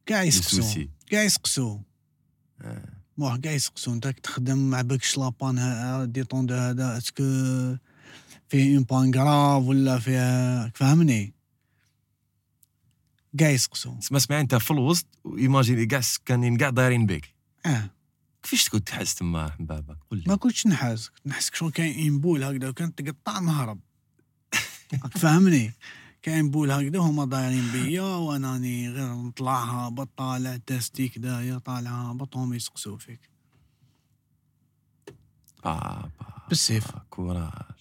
B: كاع يسقسو
A: السوسي
B: كاع يسقسو
A: Euh.
B: موح كاع يسقسو نتاك تخدم مع بالكش لابان ها- ديطوندو هذا اسكو فيه اون بان كراف ولا فيها فهمني كاع يسقسو
A: تسمى سمعي انت في الوسط وايماجيني كاع السكانين كاع دايرين بك
B: اه
A: كيفاش كنت تحس تما من بابك قول
B: ما
A: لي
B: كنتش نحاس كنت نحس شغل كاين ان بول هكذا وكان تقطع نهرب راك فاهمني كاين بول هكذا هما دايرين بيا وانا راني غير نطلعها بطالع تاستي كدايا طالعها بط هما يسقسو فيك
A: بابا
B: بالسيف
A: كوراج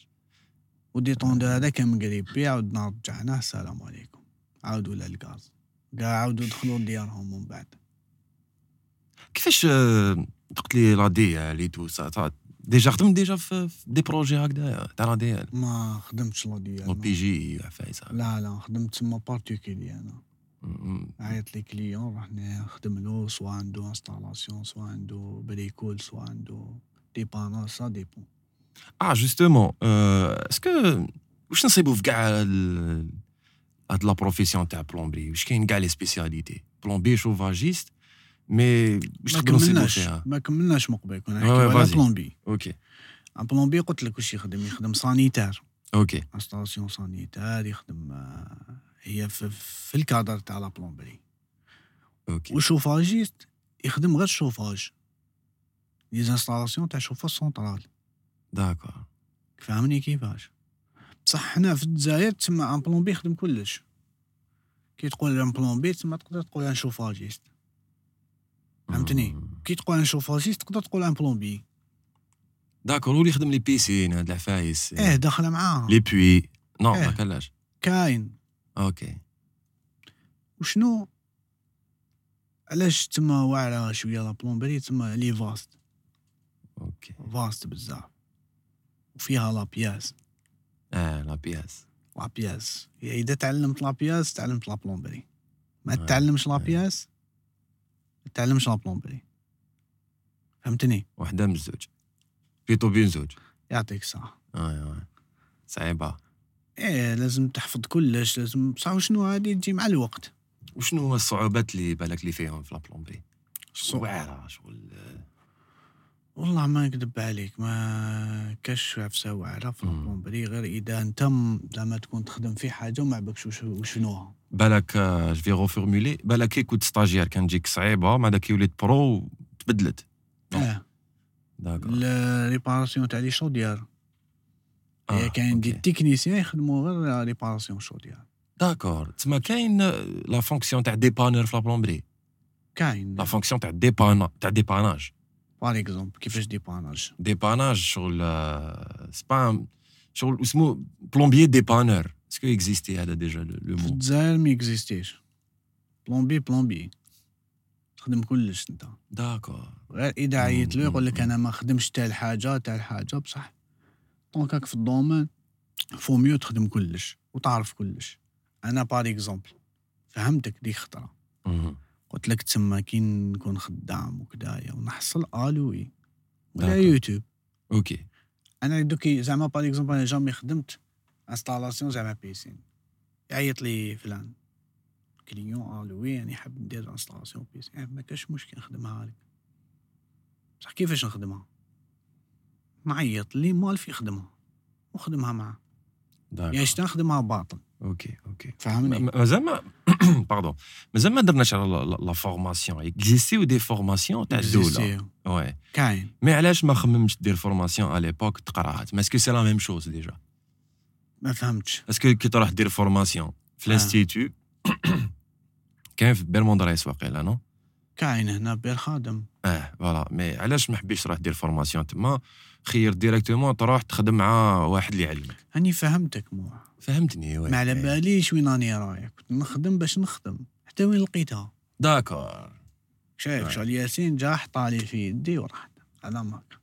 B: وديطوندو هذا كان قريب بيه عاودنا رجعناه السلام عليكم عاودوا للغاز كاع عاودوا دخلوا لديارهم من بعد
A: كيفاش آه، قلت لي لا دي ال اي تو سا- سا- ديجا خدمت ديجا في في دي بروجي هكذا تاع لا دي ال
B: ما خدمتش لا ديال
A: او
B: ما.
A: بي جي عفايس هكذا.
B: لا لا خدمت تما بارتيكولي انا
A: م- م.
B: عيط لي كليون راح نخدم له سوا عنده انستالاسيون سوا عنده بريكول سوا عنده ديبانون سا ديبون
A: اه جوستومون آه، اسكو واش نصيبو في كاع ال- هاد لا بروفيسيون تاع بلومبري واش كاين كاع لي سبيسياليتي بلومبي شوفاجيست مي واش
B: ما
A: تقدروا نصيبو
B: كملناش
A: فيها
B: ما كملناش من قبل كنا
A: آه،
B: نحكيو على
A: فازي.
B: بلومبي
A: اوكي
B: ان بلومبي قلت لك واش يخدم يخدم سانيتار
A: اوكي
B: انستالاسيون سانيتار يخدم آه، هي في, في الكادر تاع لا بلومبري
A: اوكي
B: وشوفاجيست يخدم غير الشوفاج لي انستالاسيون تاع شوفاج سونترال
A: داكور
B: فهمني كيفاش بصح حنا في الجزائر تما ان بلومبي يخدم كلش كي تقول ان بلومبي تما تقدر تقول ان شوفاجيست فهمتني.
A: مم.
B: كي تقول ان شوفاجيست تقدر تقول ان بلومبي
A: داكور هو اللي يخدم لي بيسين هاد العفايس
B: اه داخله معاها
A: لي بوي نو
B: إيه.
A: ما كلاش
B: كاين
A: اوكي
B: وشنو علاش تما واعره شويه لا بلومبري تما لي فاست
A: اوكي
B: فاست بزاف وفيها لا بياس
A: اه لا بياس
B: لا بياس يعني اذا تعلمت لا بياس تعلمت لا بلومبري ما
A: آه،
B: تعلمش لا
A: آه.
B: بياس ما تعلمش لا بلومبري فهمتني
A: وحده من الزوج بيتو بين زوج
B: يعطيك الصحه
A: اه صعيبه
B: ايه لازم تحفظ كلش لازم بصح شنو هذه تجي مع الوقت
A: وشنو هما الصعوبات اللي بالك اللي فيهم في لابلومبري
B: الصعوبة.
A: واعره شغل
B: والله ما نكذب عليك ما كاش عفسه واعره في
A: مم.
B: البومبري غير اذا انت م- زعما تكون تخدم في حاجه وما عبكش وش- وشنوها
A: بالك آه، جو في غوفورمولي بالك كي كنت ستاجير كان تجيك صعيبه مع داك وليت برو تبدلت نعم.
B: اه
A: داكور
B: الريباراسيون تاع لي شوديار
A: آه،
B: هي كاين دي
A: أوكي.
B: تكنيسيان يخدموا غير ريباراسيون شوديار
A: داكور تما كاين آه، لا فونكسيون تاع ديبانور في لابلومبري
B: كاين
A: لا فونكسيون تاع ديبانا تاع ديباناج
B: باغ اكزومبل كيفاش ديباناج
A: ديباناج شغل آه، سبا شغل اسمه بلومبيي ديبانور اسكو اكزيستي هذا ديجا لو
B: في
A: مو
B: الجزائر ما اكزيستيش بلومبي بلومبي تخدم كلش انت
A: داكور
B: غير اذا
A: مم،
B: عيط له يقول لك
A: مم،
B: انا ما خدمش تاع الحاجه تاع الحاجه بصح دونك هاك في الدومين فو ميو تخدم كلش وتعرف كلش انا بار اكزومبل فهمتك ديك خطره
A: مهم.
B: قلت لك تسمى كي نكون خدام وكدايا ونحصل الوي ولا
A: داكور.
B: يوتيوب
A: اوكي
B: انا دوكي زعما بار اكزومبل انا جامي خدمت انستالاسيون زعما بيسين يعيط لي فلان كليون الوي يعني حاب ندير انستالاسيون بيسين يعني ما كاش مشكل نخدمها لك بصح كيفاش نخدمها نعيط لي مالف يخدمها وخدمها معاه يا
A: داكور
B: شتا نخدمها باطل
A: اوكي اوكي
B: فهمني
A: ما- مازال ما باردون مازال ما درناش على لا- لا- لا فورماسيون اكزيستيو دي فورماسيون تاع الدوله
B: Existier.
A: وي
B: كاين
A: مي علاش ما خممتش دير فورماسيون على ليبوك تقراها ما اسكو سي لا ميم شوز ديجا
B: ما فهمتش
A: اسكو كي تروح دير فورماسيون في
B: آه.
A: الانستيتو كاين في بالموندريس واقيلا نو
B: كاين هنا بير خادم
A: اه فوالا مي علاش ما حبيتش تروح دير فورماسيون تما خير ديريكتومون تروح تخدم مع واحد اللي يعلمك
B: هاني فهمتك مو
A: طيب، فهمتني وي
B: ما على
A: إيه.
B: باليش وين راني رايح كنت نخدم باش نخدم حتى وين لقيتها
A: داكور
B: شايف
A: آه.
B: شغل ياسين جا حطالي في يدي وراح على ماك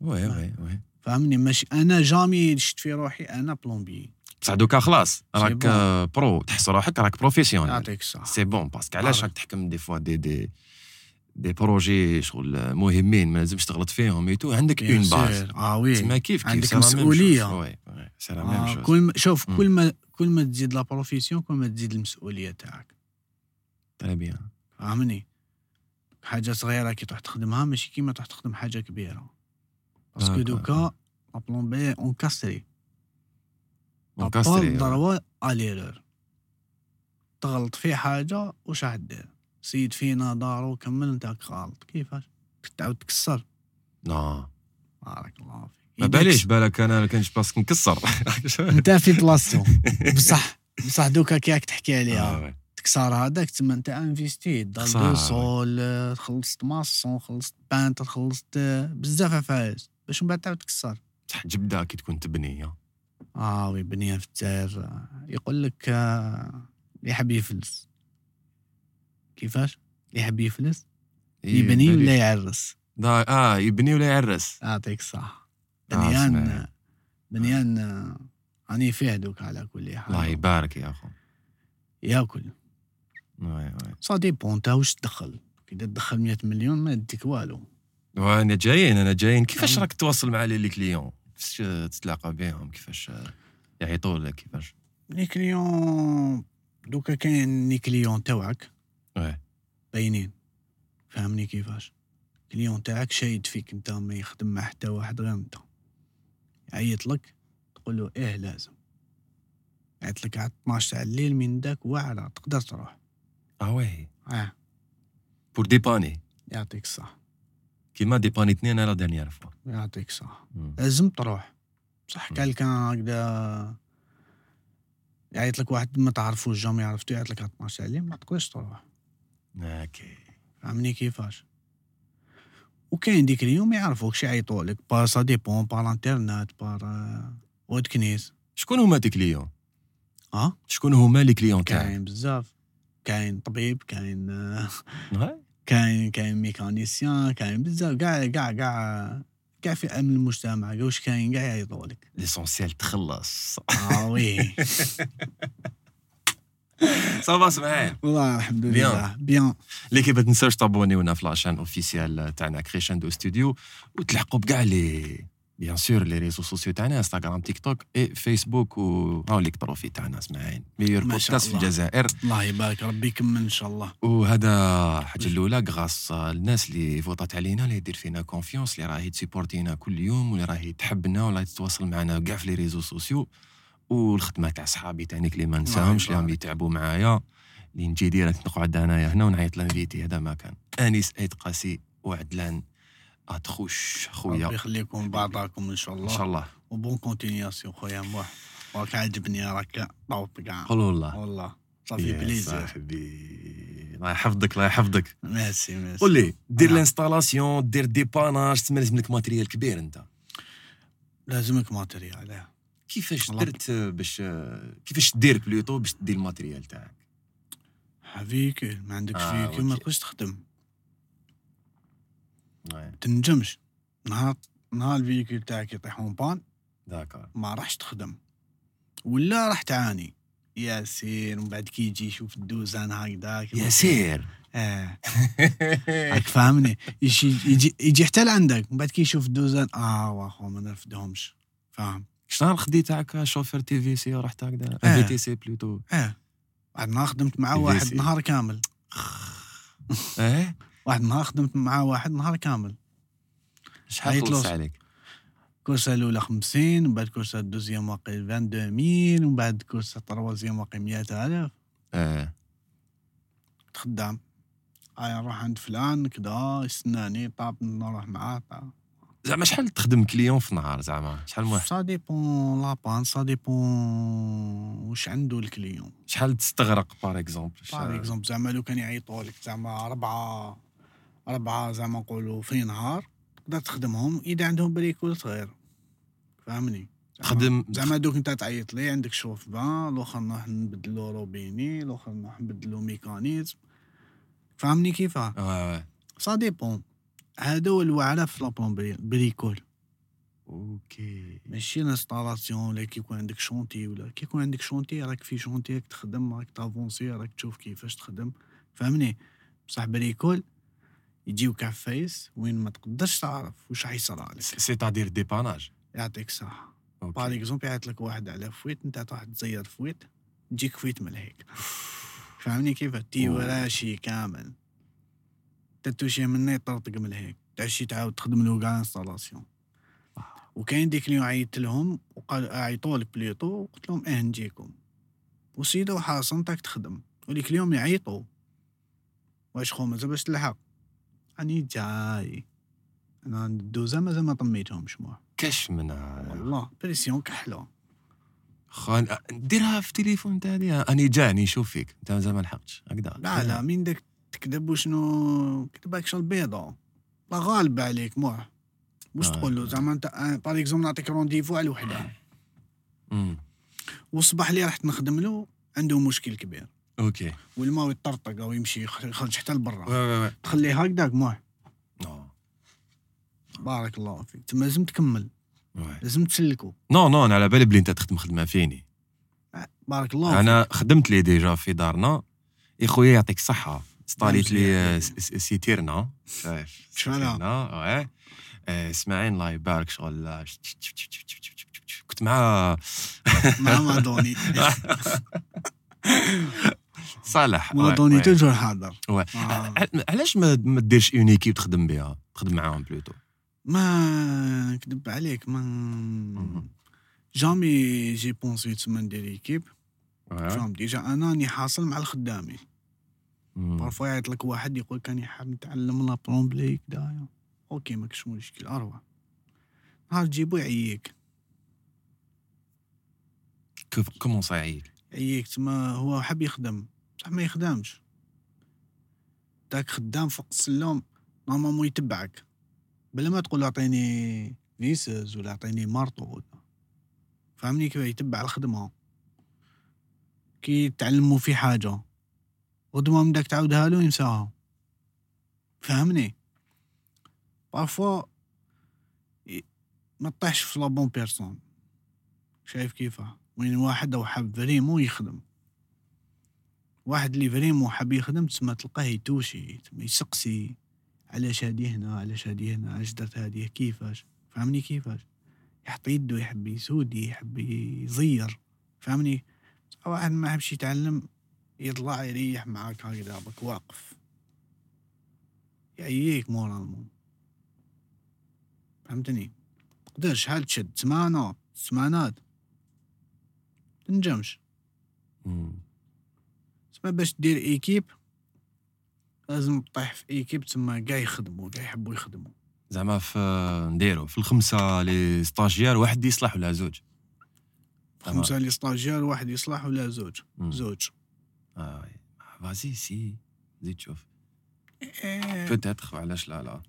A: وي وي وي
B: فهمني ماشي انا جامي شفت في روحي انا بلومبي
A: بصح دوكا خلاص راك
B: بون.
A: آه، برو تحس روحك راك بروفيسيونيل
B: يعطيك الصحه
A: سي بون باسكو علاش
B: عارف.
A: راك تحكم دي فوا دي دي دي بروجي شغل مهمين ما لازمش تغلط فيهم ايتو عندك
B: بيان
A: اون
B: سير.
A: باز
B: اه وي
A: تسمى كيف كيف
B: عندك
A: سي لا ميم شوز.
B: مسؤولية.
A: وي وي، سي لا ميم
B: آه،
A: شوز
B: كل ما شوف
A: مم.
B: كل ما كل ما تزيد لا بروفيسيون كل ما تزيد المسؤوليه تاعك
A: تري بيان
B: فهمني حاجه صغيره كي تروح تخدمها ماشي كيما تروح تخدم حاجه كبيره باسكو
A: داكور.
B: دوكا لا بلومبي اونكاستري
A: وكاستري، يعني.
B: طبال ضربة اليرور تغلط في حاجة وش حدير سيد فينا دارو كمل انت راك غلط كيفاش تعاود تكسر
A: نو
B: بارك الله فيك
A: ما باليش بالك انا كنت باسكو نكسر
B: انت في بلاصتو بصح بصح دوكا كي راك تحكي
A: آه،
B: عليها
A: وي.
B: تكسر هذاك تما انت انفيستي
A: خسارة،
B: دار سول خلصت ماسون خلصت بانتر خلصت آه، بزاف عفايس باش من بعد تعاود تكسر
A: بصح جبده كي تكون تبني ها.
B: اه وي بنيه في الجزائر آه، يقول لك آه، اللي يحب يفلس كيفاش اللي يحب يفلس
A: إيه،
B: يبني
A: باليش.
B: ولا يعرس
A: دا اه يبني ولا يعرس
B: يعطيك الصح
A: آه،
B: بنيان
A: اسمعي.
B: آه، بنيان آه، راني فيه دوك على كل
A: الله
B: حال
A: يبارك يا اخو
B: ياكل
A: وي وي
B: سا ديبون انت واش تدخل اذا تدخل 100 مليون ما يديك والو
A: وانا جايين انا جايين كيفاش
B: نعم.
A: راك تواصل مع لي لي كليون كيفاش آه، تتلاقى بهم كيفاش آه، يعيطوا لك كيفاش
B: لي كليون دوكا كاين لي كليون تاعك
A: وي.
B: باينين فهمني كيفاش كليون تاعك شايد فيك انت ما يخدم مع حتى واحد غير انت يعيط لك تقول له ايه لازم يعيط لك على 12 تاع الليل من داك واعره تقدر تروح
A: اه وي
B: اه
A: بور ديباني
B: يعطيك الصح
A: كيما ديبانيتني انا لا دانيير فوا
B: يعطيك الصح
A: مم.
B: لازم تروح صح
A: مم.
B: قال كان هكذا يعيط لك واحد ما تعرفوش جامي عرفتو يعيط لك على 12 تاع الليل ما تقدرش تروح
A: اوكي
B: فهمني كيفاش وكاين ديك اليوم يعرفوكش يعيطوا لك بار سا ديبون بار انترنت بار آه، واد كنيس
A: شكون هما دي كليون
B: اه
A: شكون هما لي كليون تاعك
B: كاين بزاف كاين طبيب كاين آه،
A: وي.
B: كاين كاين ميكانيسيان كاين بزاف كاع كاع كاع كاع في امن المجتمع كاع واش كاين كاع يعيطوا لك
A: ليسونسيال تخلص
B: اه وي
A: صافا اسمعي
B: والله الحمد
A: Bien.
B: لله بيان
A: ليكي ما تنساوش تابونيونا في لاشين اوفيسيال تاعنا كريشندو ستوديو وتلحقوا بكاع لي بيان سور لي ريزو سوسيو تاعنا انستغرام تيك توك اي فيسبوك و هاو ليك بروفي تاعنا اسمعين ميور
B: ما شاء
A: بودكاست في
B: الله.
A: الجزائر
B: الله يبارك ربي يكمل ان شاء الله
A: وهذا الحاجه الاولى غاص الناس اللي فوطات علينا اللي يدير فينا كونفيونس اللي راهي تسيبورتينا كل يوم واللي راهي تحبنا واللي راهي تتواصل معنا كاع في لي ريزو سوسيو والخدمه تاع صحابي تانيك اللي ما نساهمش اللي راهم
B: يبارك.
A: يتعبوا معايا اللي نجي ديريكت نقعد انايا هنا ونعيط لانفيتي هذا ما كان انيس ايد قاسي وعدلان اتخوش خويا
B: ربي يخليكم بعضاكم ان شاء
A: ان شاء
B: الله
A: الله
B: وبون كونتينياسيون خويا مواح راك عاجبني راك طوب كاع
A: قولوا الله
B: والله صافي
A: يا
B: بليزير
A: صاحبي الله يحفظك الله يحفظك
B: ميرسي ميرسي
A: قول لي دير
B: نعم.
A: الانستالاسيون دير ديباناج تسمى لازم لك ماتريال كبير انت
B: لازمك ماتريال اه.
A: كيفاش
B: والله.
A: درت باش كيفاش دير بلوتو باش دير الماتريال تاعك
B: فيكل ما عندكش
A: آه،
B: فيكل ما
A: أوكي.
B: تقدرش تخدم تنجمش نهار نهار الفيكل تاعك يطيحون بان
A: داكور
B: ما راحش تخدم ولا راح تعاني ياسين من بعد كي يجي يشوف الدوزان هكذاك
A: ياسير
B: اه راك فاهمني يجي يجي, يجي حتى لعندك من بعد كي يشوف الدوزان اه واخو ما نرفدهمش فاهم
A: شنو الخدي تاعك شوفير تي في سي رحت هكذا
B: آه.
A: في تي سي بلوتو
B: اه بعد نهار خدمت مع
A: يا
B: واحد
A: ياسين.
B: نهار كامل
A: اه
B: واحد نهار خدمت مع واحد نهار كامل
A: شحال
B: عيط له.
A: طلص عليك
B: كورسة الأولى 50 ومن بعد كورسة الدوزيام واقي 22000 ومن بعد كورسة التروازيام واقي 100000 آه.
A: اه
B: تخدم هاي نروح عند فلان كدا يستناني طاب نروح معاه طاب
A: زعما شحال تخدم كليون في نهار زعما شحال واحد
B: سا ديبون لابان سا ديبون واش عنده الكليون
A: شحال تستغرق بار اكزومبل
B: باغ اكزومبل زعما لو كان يعيطوا لك زعما ربعه ربعه زعما نقولوا في نهار تقدر تخدمهم اذا عندهم بريكول صغير فاهمني زعما-
A: خدم
B: زعما دوك انت تعيط لي عندك شوف با الاخر نروح نبدلو روبيني الاخر نروح نبدلو ميكانيزم فاهمني كيفاه
A: آه.
B: سا ديبون هادو الوعره في لابلومبري بريكول
A: اوكي
B: ماشي الانستالاسيون ولا كي يكون عندك شونتي ولا كي يكون عندك شونتي راك في شونتي راك تخدم راك تافونسي راك تشوف كيفاش تخدم فهمني بصح بريكول يجيوك عفايس وين ما تقدرش تعرف واش راح يصرى لك
A: سي تادير ديباناج
B: يعطيك صح باغ
A: اوكي
B: اكزومبل يعيط لك واحد على فويت انت تروح تزير فويت تجيك فويت ملهيك فهمني كيف تي
A: أوه.
B: وراشي كامل تتوشي مني يطرطق ملهيك تعشي تعاود تخدم له كاع انستالاسيون وكاين ديك اللي عيطت لهم وقال عيطوا لك بليطو وقلت لهم اه نجيكم وسيدو وحاصن تاك تخدم وليك اليوم يعيطوا واش خو مازال باش تلحق راني جاي انا الدوزه مازال ما طميتهمش موح
A: كاش منها
B: والله بريسيون كحله
A: خان ديرها في التليفون تاع ديرها اني جاني نشوف فيك انت مازال ما لحقتش هكذا
B: لا لا مين داك تكذب وشنو كتبك شو البيضة لا غالبة عليك موح واش
A: آه.
B: تقول له زعما انت باغ اكزومبل نعطيك رونديفو على وحده
A: مم.
B: والصباح اللي راح نخدم له عنده مشكل كبير
A: اوكي
B: والماء يطرطق او يمشي يخ- يخرج حتى لبرا
A: وي وي وي
B: تخليه هكذاك موح
A: نو
B: بارك الله فيك تما لازم تكمل
A: وي.
B: لازم تسلكو
A: نو نو انا على بالي بلي انت تخدم خدمه فيني
B: آه، بارك الله فيك.
A: انا خدمت لي ديجا في دارنا يا خويا يعطيك الصحه استاليت لي آه، س- س- سيتيرنا آه، شايف
B: شحال؟
A: سيتيرنا وي آه، اسماعيل الله يبارك شغل آه، ش- ش- ش- ش- ش- ش- ش- ش- كنت مع
B: مع مادوني
A: صالح وي،
B: مادوني
A: وي.
B: توجور حاضر
A: وي.
B: آه.
A: ع- علاش ما ما ديرش اون ايكيب تخدم بها تخدم معاهم بلوتو
B: ما نكذب عليك ما جامي جي بونسي تسمى ندير ايكيب فهم ديجا انا راني حاصل مع الخدامي
A: مم.
B: بارفوا يعيط لك واحد يقول كاني حاب نتعلم لا برومبلي كدايا اوكي ماكش مشكل اروع نهار تجيبو يعييك
A: كيف كومون صعيب
B: يعييك تما إيه، هو حاب يخدم بصح ما يخدمش داك خدام فوق السلم نورمالمون يتبعك بلا ما تقول له اعطيني فيسز ولا اعطيني مارطو ولا- فهمني كيف يتبع الخدمه كي تعلموا في حاجه غدوه من داك تعاودها له ينساها فهمني بارفوا ي- ما تطيحش في لابون بيرسون شايف كيفاه وين واحد او حاب فريمون يخدم واحد اللي فريمون حاب يخدم تسمى تلقاه يتوشي تسمى يسقسي علاش هادي هنا علاش هادي هنا علاش درت هادي كيفاش فهمني كيفاش يحط يده يحب يسودي يحب يزير فاهمني واحد ما يحبش يتعلم يطلع يريح معاك هكذا بك واقف يعييك مورا المهم فهمتني تقدر شحال تشد سمانة سمانات تنجمش
A: مم.
B: تسمى باش دير ايكيب لازم تطيح في ايكيب تسمى كاع يخدموا كاع يحبوا يخدموا
A: زعما في نديرو في الخمسه لي ستاجير واحد يصلح ولا زوج تمام.
B: خمسة لي ستاجير واحد يصلح ولا زوج
A: مم.
B: زوج
A: آه، وي. فازي سي زيد شوف
B: إيه،
A: بوتيتر علاش لا لا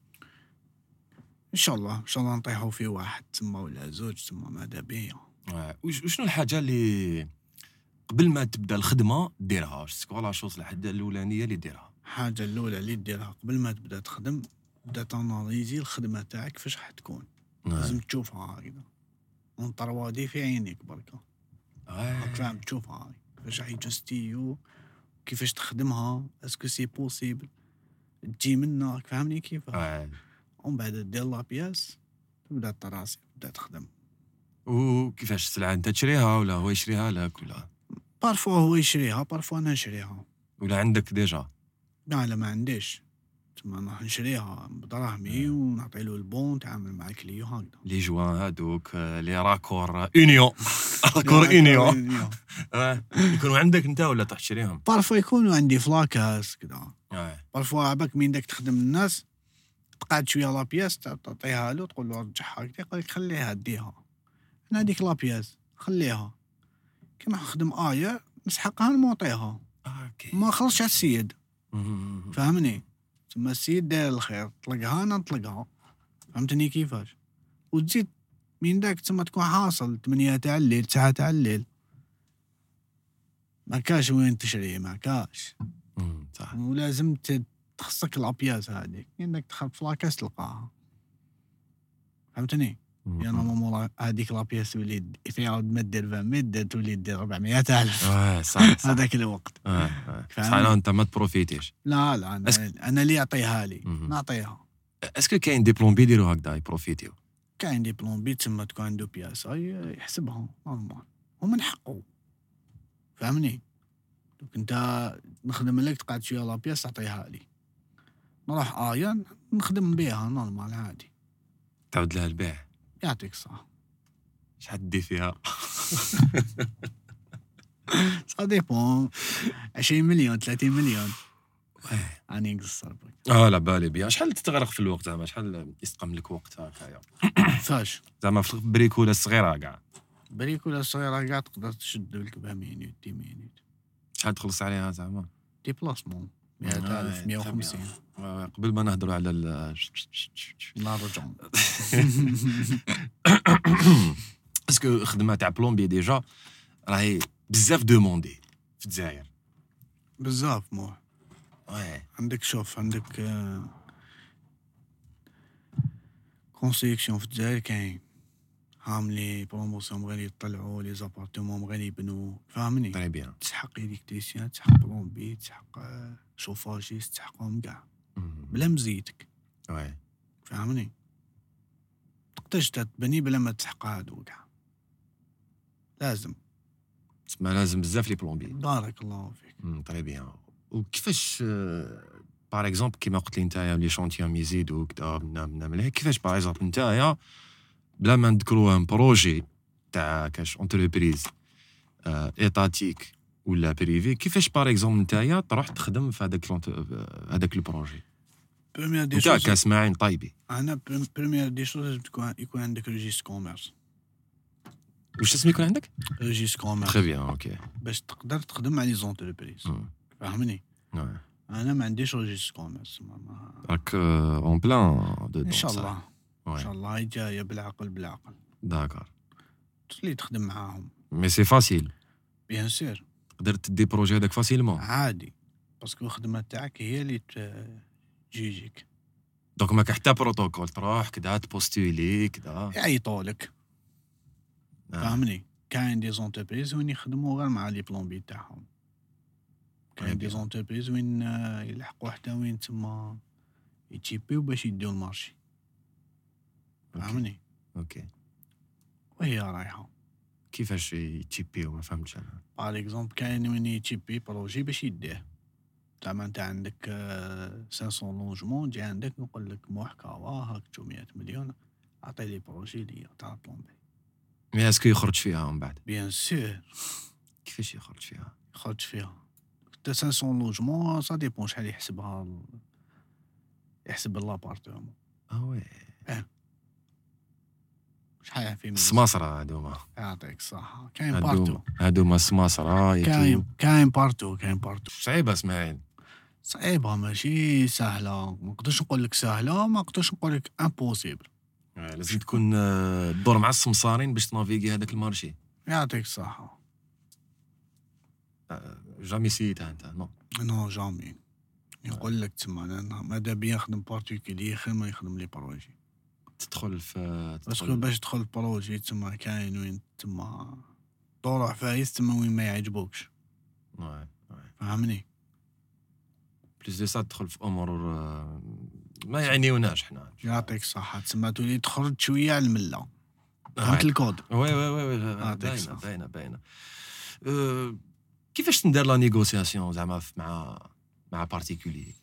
B: ان شاء الله ان شاء الله نطيحوا في واحد تما ولا زوج تما ماذا بيا
A: آه، وش- وشنو الحاجه اللي قبل ما تبدا الخدمه ديرها سكو لا شوز الحاجه الاولانيه اللي ديرها
B: الحاجة الأولى اللي ديرها قبل ما تبدا تخدم بدا تناليزي الخدمة تاعك فاش راح تكون لازم تشوفها هكذا اون 3 دي في عينيك بركة
A: آه.
B: راك فاهم تشوفها هاي كيفاش راح يجستيو كيفاش تخدمها اسكو سي بوسيبل تجي منا راك فاهمني كيف
A: آه.
B: ومن بعد دير لا بياس تبدا تراسي تبدا تخدم
A: وكيفاش السلعه انت تشريها ولا هو يشريها لك ولا
B: بارفوا هو يشريها بارفوا انا نشريها
A: ولا عندك ديجا
B: لا لا ما عنديش تما نروح نشريها بدراهمي ونعطي له البون تعامل مع الكليو هكذا
A: لي جوان هادوك آه، لي راكور اونيون راكور اونيون آه، يكونوا عندك انت ولا تروح تشريهم
B: بارفوا يكونوا عندي فلاكاس كذا
A: آه.
B: بارفوا عباك من داك تخدم الناس تقعد شويه لا بياس تع- تعطيها له تقول له رجعها هكذا يقول لك خليها ديها انا هذيك لا بياس خليها كي نروح نخدم ايا نسحقها نعطيها
A: اوكي
B: ما خلصش على السيد
A: مم.
B: فهمني تما السيد داير الخير طلقها انا نطلقها فهمتني كيفاش وتزيد من داك تما تكون حاصل 8 تاع الليل 9 تاع الليل ما كاش وين تشري ما كاش
A: مم، صح
B: ولازم ت- تخصك الابياز هذيك انك تخرب فلاكاس تلقاها فهمتني
A: مم.
B: يا ماما هذيك لابياس تولي تعاود ما دير 20 ميت تولي دير 400 الف
A: اه صح صح
B: هذاك الوقت
A: آه، آه.
B: فاهم.
A: صح لا انت ما تبروفيتيش
B: لا لا انا انا اللي يعطيها لي
A: مهم.
B: نعطيها
A: اسكو كاين دي بلون بي يديروا هكذا يبروفيتيو
B: كاين عندي بلون بي تما تكون عنده بياسة ي- يحسبها نورمال ومن حقه فهمني دوك انت نخدم لك تقعد شويه لا بياس تعطيها لي نروح ايا نخدم بها نورمال عادي
A: تعود لها البيع
B: يعطيك الصحة
A: شحال دير فيها
B: سا ديبون 20 مليون 30 مليون
A: إيه.
B: راني نقصر بك
A: اه على بالي بها شحال تتغرق في الوقت زعما شحال يسقم لك وقت هكايا
B: فاش
A: زعما في بريكولا الصغيره كاع
B: بريك ولا صغيرة كاع تقدر تشد لك بها مينوت دي مينوت
A: شحال تخلص عليها زعما
B: ديبلاسمون
A: آه،
B: 100000 150
A: تبع. آه، قبل ما نهضروا على ال
B: لا رجعوا
A: اسكو خدمه تاع بلومبي ديجا راهي بزاف دوموندي في الجزائر
B: بزاف موح
A: واه
B: عندك شوف عندك آه، كونستريكسيون في الجزائر كاين هام لي بروموسيون غير يطلعوا لي زابارتمون غير يبنوا فاهمني
A: تري بيان
B: تسحق الكتريسيان تسحق برومبي تسحق آه، شوفاجيست تسحقهم كاع بلا مزيتك
A: واه
B: فاهمني تقدرش تبني بلا ما تسحق هادو كاع لازم
A: تسمى لازم بزاف لي بلومبي
B: بارك الله فيك
A: مم، تري بيان وكيفاش euh, باغ اكزومبل كيما قلت لي نتايا لي شونتيام يزيدوا كدا منا منا منا كيفاش باغ اكزومبل نتايا بلا ما نذكروا ان بروجي تاع كاش اونتربريز Euh, ايتاتيك ولا بريفي كيفاش باغ اكزومبل نتايا تروح تخدم في هذاك الانت- آه، هذاك البروجي
B: بروميير دي
A: نتا
B: شوز
A: كاسماعين طيبي
B: انا بروميير دي شوز لازم تكون يكون عندك ريجيس كوميرس
A: واش اسمي يكون عندك؟
B: ريجيس كوميرس
A: تخي بيان اوكي
B: باش تقدر تخدم على لي زونتربريز
A: مم.
B: فاهمني
A: نعم.
B: انا ما عنديش روجيس كوميرس ما- ما-
A: راك اون بلان دو
B: ان شاء الله ان شاء الله هي جايه بالعقل بالعقل
A: داكار
B: تولي تخدم معاهم
A: مي سي فاسيل
B: بيان سير
A: تقدر تدي بروجي هذاك فاسيلمون
B: عادي باسكو الخدمه تاعك هي اللي تجيجيك
A: دونك ماك حتى بروتوكول تروح كدا تبوستولي كدا
B: يعيطوا لك
A: آه.
B: فاهمني كاين دي زونتربريز وين يخدموا غير مع لي بلومبي تاعهم
A: أي
B: كاين دي
A: بيان.
B: زونتربريز وين آه، يلحقوا حتى وين تما يتيبيو باش يديو المارشي
A: أوكي.
B: فاهمني
A: اوكي
B: وهي رايحه
A: كيفاش يتيبيو ما فهمتش انا
B: باغ اكزومبل كاين وين يتيبي بروجي باش يديه زعما انت عندك آه، 500 لونجمون جي عندك نقول لك موحكا هاك 300 مليون اعطي لي بروجي ليا تاع طومبي
A: مي اسكو يخرج فيها من بعد
B: بيان سور
A: كيفاش يخرج فيها
B: خرج فيها حتى 500 لوجمون سا ديبون شحال يحسبها ال... يحسب لابارتمون
A: اه وي
B: شحال في
A: السماسره هادوما
B: يعطيك الصحة كاين بارتو
A: هادوما هادوما السماسره
B: كاين كاين بارتو كاين بارتو
A: صعيبه اسماعيل
B: صعيبة ماشي سهلة ما نقدرش نقول لك سهلة ما نقدرش نقول لك امبوسيبل
A: آه، لازم تكون آه، تدور مع السمسارين باش تنافيغي هذاك المارشي
B: يعطيك الصحة
A: آه، جامي سيتها انت نو
B: نو جامي يقول لك تما أنا ماذا بيا نخدم بارتيكولي خير ما يخدم لي بروجي
A: تدخل في
B: باسكو
A: تدخل
B: باش تدخل بروجي تما كاين وين تما طلع فايز تما وين ما يعجبوكش فهمني
A: بلوس دو سا تدخل في امور آه، ما يعنيوناش حنا
B: يعطيك الصحة تسمى تولي تخرج شوية على الملة
A: آه،
B: فهمت الكود
A: وي وي وي وي
B: آه، ديك
A: باينه
B: صح.
A: باينه باينه أه، كيفاش تندير لا نيغوسياسيون زعما في- مع مع بارتيكولي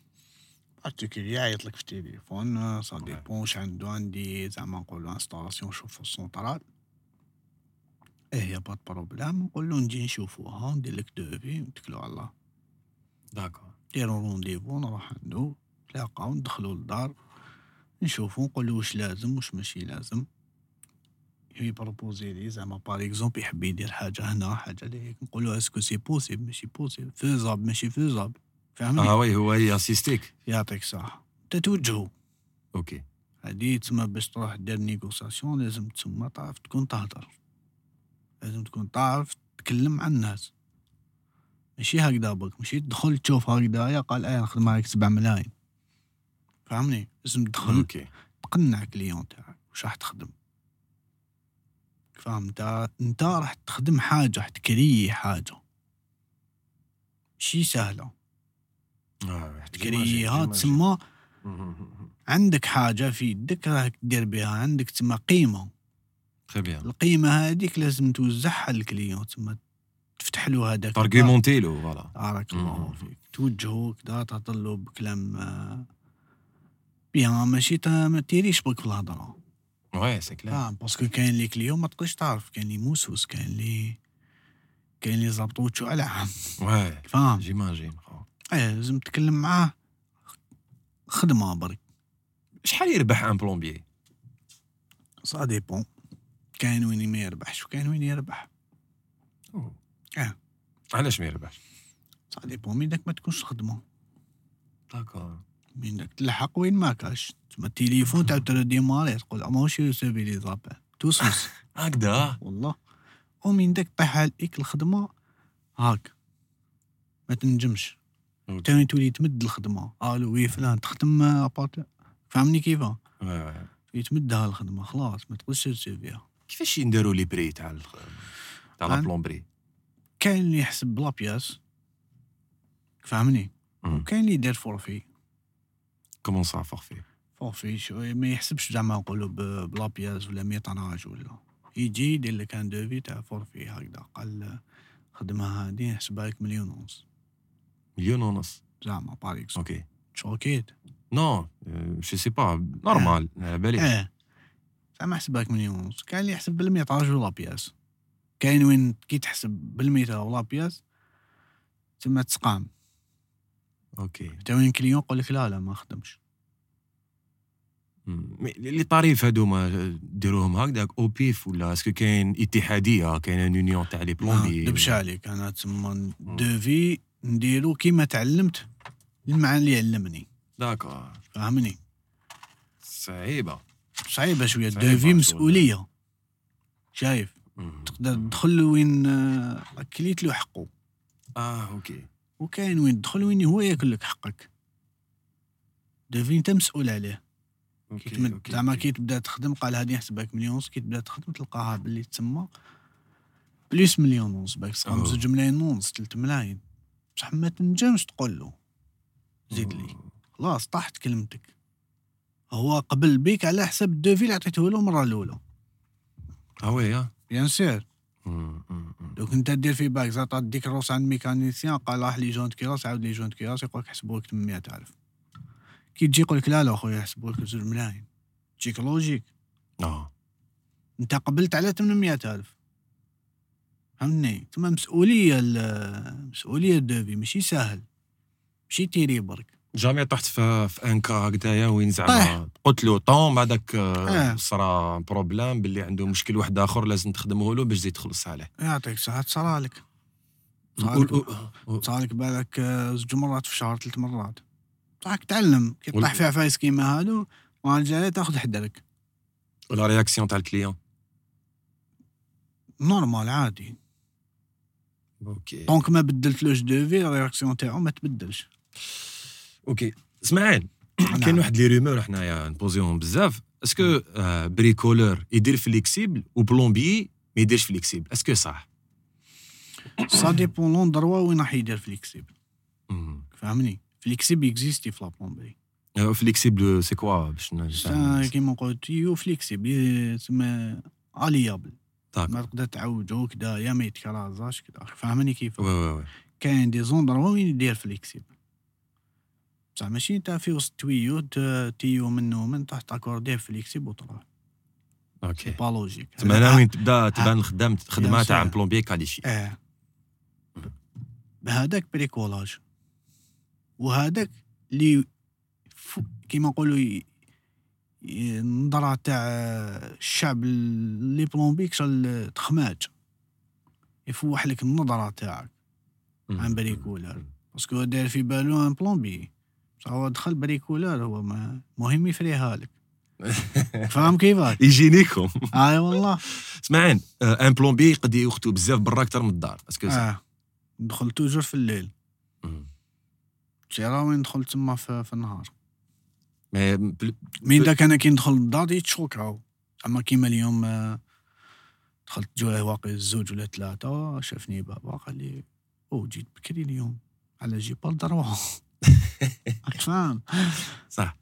B: بارتيكولي يعيط لك في التليفون آه، سا
A: Ouais.
B: ديبون واش عنده عندي زعما نقولو انستالاسيون نشوفو السونترال ايه يا با دو بروبلام نقولو نجي نشوفوها ندير لك دوفي نتكلو على الله
A: داكور
B: ديرو رونديفو نروح عندو نتلاقاو ندخلو للدار نشوفو نقولو واش لازم واش ماشي لازم يبروبوزي لي زعما باغ اكزومبل يحب يدير حاجه هنا حاجه لهيك نقولو اسكو سي بوسيبل ماشي بوسيبل فيزاب ماشي فيزاب فهمني
A: اه وي هو ياسيستيك
B: يعطيك صح تتوجهو
A: اوكي
B: هادي تما باش تروح دير نيغوساسيون لازم تما تعرف تكون تهدر لازم تكون تعرف تتكلم مع الناس ماشي هكذا برك ماشي تدخل تشوف هكذايا قال ايه نخدم معاك سبع ملاين فهمني لازم تدخل
A: اوكي
B: تقنع كليون تاعك واش راح تخدم فاهم انت انت راح تخدم حاجه راح تكري حاجه ماشي سهله تكريها تسمى عندك حاجه في يدك راك دير بها عندك تما قيمه
A: تري بيان
B: القيمه هذيك لازم توزعها للكليون تما تفتح له هذاك
A: تارغيومونتي له فوالا
B: بارك
A: مم.
B: الله فيك توجهه كدا تعطي له بكلام آه، بيان ماشي تا- ما تيريش بك في الهضره
A: وي سي كلير
B: اه باسكو كاين لي كليون ما تقدرش تعرف كاين لي موسوس كاين لي كاين لي زابطوتشو على عام
A: وي
B: فاهم
A: جيماجين خو.
B: ايه لازم تتكلم معاه خدمه برك
A: شحال يربح ان بلومبيي
B: سا ديبون كاين وين ما يربحش وكاين وين يربح
A: Ah.
B: آه.
A: علاش ما يربحش
B: سا ديبون من داك ما تكونش خدمه
A: داكور
B: من داك تلحق وين ما كاش تما التليفون تعاود ترديماري تقول ماهوش يوسفي لي زابيل توسوس
A: Ah, هكذا
B: والله ومن داك طيح عليك الخدمه هاك ما تنجمش
A: أوكي.
B: تاني تولي تمد الخدمه الو وي فلان تخدم ابارت فهمني كيفاه
A: وي وي
B: يتمدها الخدمه خلاص ما تقولش تسير فيها
A: كيفاش ينديروا لي بري تاع ال- تاع لا
B: عن-
A: بلومبري
B: كاين اللي يحسب بلا بياس فهمني
A: مم.
B: وكاين اللي يدير فورفي
A: كومون سا فورفي
B: فورفي شوي ما يحسبش زعما نقولوا ب- بلا بياس ولا ميطناج ولا يجي يدير لك ان دوفي تاع فورفي هكذا قال خدمه هادي نحسبها لك مليون ونص
A: مليون ونص
B: زعما باغ اكزومبل
A: اوكي
B: شوكيت
A: نو جو سي با نورمال على بالي
B: اه زعما حسبك مليون ونص كاين اللي يحسب بالميطاج ولا بياس كاين وين كي تحسب بالميتا ولا بياس تما تسقام
A: اوكي
B: حتى وين كليون يقول لك لا لا ما خدمش
A: مم. مي لي طريف هادوما ديروهم هكذاك او بيف ولا اسكو كاين اتحاديه كاين ان يونيون
B: آه،
A: تاع لي بلومبي
B: دبش عليك انا تما دوفي نديرو كيما تعلمت المعنى اللي علمني
A: داكور
B: فهمني
A: صعيبه
B: صعيبه شويه
A: صعيبة
B: دوفي
A: شوية.
B: مسؤوليه شايف
A: مم.
B: تقدر تدخل وين آه، راك كليت له حقه
A: اه اوكي
B: وكاين وين تدخل وين هو ياكل لك حقك دوفي انت مسؤول عليه كي
A: أوكي،
B: تمد
A: أوكي،
B: زعما
A: أوكي.
B: كي تبدا تخدم قال هادي نحسبك مليون ونص كي تبدا تخدم تلقاها باللي تما بليس مليون ونص باك
A: أوه.
B: صام زوج ملايين ونص تلت ملايين بصح ما تنجمش تقول له زيد لي خلاص طاحت كلمتك هو قبل بيك على حسب الدوفي اللي عطيته له المره الاولى
A: اه وي اه
B: بيان سور
A: مم، مم، مم.
B: دوك انت دير في بالك زعما تديك الروس عند ميكانيسيان قال راح لي جونت كيراس عاود لي جونت كيراس يقول لك حسبوا لك 800000 كي تجي يقول لك لا لا خويا حسبوا لك زوج ملايين تجيك لوجيك
A: اه
B: انت قبلت على 800000 فهمتني ثم مسؤوليه ال- مسؤوليه الدوبي ماشي سهل ماشي تيري برك
A: جامي طحت في, في ان كا هكذايا وين زعما
B: طيح.
A: قلت له طوم هذاك
B: آه.
A: صرا بروبليم باللي عنده مشكل واحد اخر لازم تخدمه له باش تزيد تخلص عليه
B: يعطيك صحة صرالك
A: وال-
B: صرالك
A: و- و-
B: صرالك بالك آه، زوج مرات في الشهر ثلاث مرات راك تعلم كي
A: وال-
B: طيح في عفايس كيما هادو المرة الجاية تاخذ حدرك
A: ولا رياكسيون تاع الكليون
B: نورمال عادي
A: اوكي
B: دونك ما بدلتلوش دو في الرياكسيون تاعو ما تبدلش
A: اوكي اسمعين كاين
B: نعم.
A: واحد لي رومور حنايا نبوزيهم بزاف اسكو آه، بريكولور يدير فليكسيبل وبلومبي ما يديرش فليكسيبل اسكو صح
B: سا ديبون لون دروا وين راح يدير فليكسيبل
A: مم.
B: فهمني فليكسيبل اكزيستي في لابلومبري
A: آه، فليكسيبل سي كوا باش نفهم
B: سا- كيما نقولو تيو فليكسيبل تسمى اليابل
A: داكور.
B: ما تقدر تعوجو كدا يا ما يتكرازاش كدا فهمني كيف
A: وي وي وي
B: كاين دي زون دروا وين يدير فليكسيبل بصح ماشي انت في وسط تويو ت- تيو منو من تحت اكوردي فليكسيبل وطلع سي
A: اوكي
B: با لوجيك
A: تما هنا وين تبدا تبان الخدام الخدمه
B: بيان
A: تاع
B: سور.
A: بلومبي كاليشي
B: اه هذاك بريكولاج وهذاك اللي ف- كيما نقولوا ي- ي- النظرة تاع الشعب اللي بلومبيك شال تخماج يفوح لك النظرة تاعك
A: Hmm.
B: عن بريكولار باسكو داير في بالو ان بلومبي بصح هو دخل بريكولار هو ما مهم يفريها لك فاهم كيفاش
A: يجينيكم
B: اي والله
A: اسمعين آه، ان بلومبي يقد يوقتو بزاف برا اكثر من الدار اسكو صح
B: اه دخل توجور في الليل
A: مم.
B: شي راه وين دخل تما في في النهار
A: مي بل-
B: مين داك انا كي ندخل للدار يتشوكاو اما كيما اليوم آه، دخلت جوا واقي الزوج ولا ثلاثه شافني بابا قال لي او جيت بكري اليوم على جي با الدروه راك فاهم
A: صح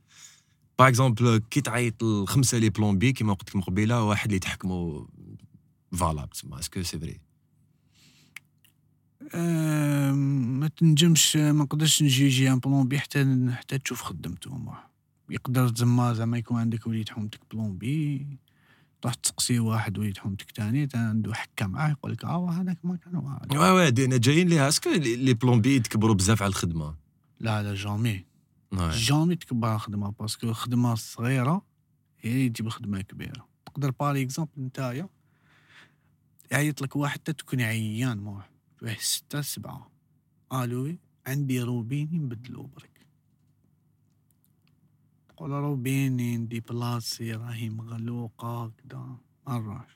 A: باغ اكزومبل كي تعيط الخمسه لي بلومبي كيما قلت لكم قبيله واحد اللي تحكموا فالاب تسمى اسكو سي فري
B: آه، ما تنجمش آه، ما نقدرش نجيجي ان بلومبي حتى حتى تشوف خدمته هما يقدر زما زعما يكون عندك وليد حومتك بلومبي تروح تسقسي واحد وليد حومتك تاني تا عنده حكه معاه يقول لك اه هذاك ما كان وهذا
A: وي وي دينا جايين ليها اسكو لي لي بلومبي يتكبروا بزاف على الخدمه
B: لا لا جامي
A: وي.
B: جامي تكبر على الخدمه باسكو الخدمه الصغيره هي اللي تجيب الخدمه الكبيره تقدر بار اكزومبل نتايا يعيط لك واحد حتى تكون عيان واحد واحد ستة سبعة الو عندي روبيني نبدلو برك تقول روبيني ندي بلاصي راهي مغلوقة كدا ما نروحش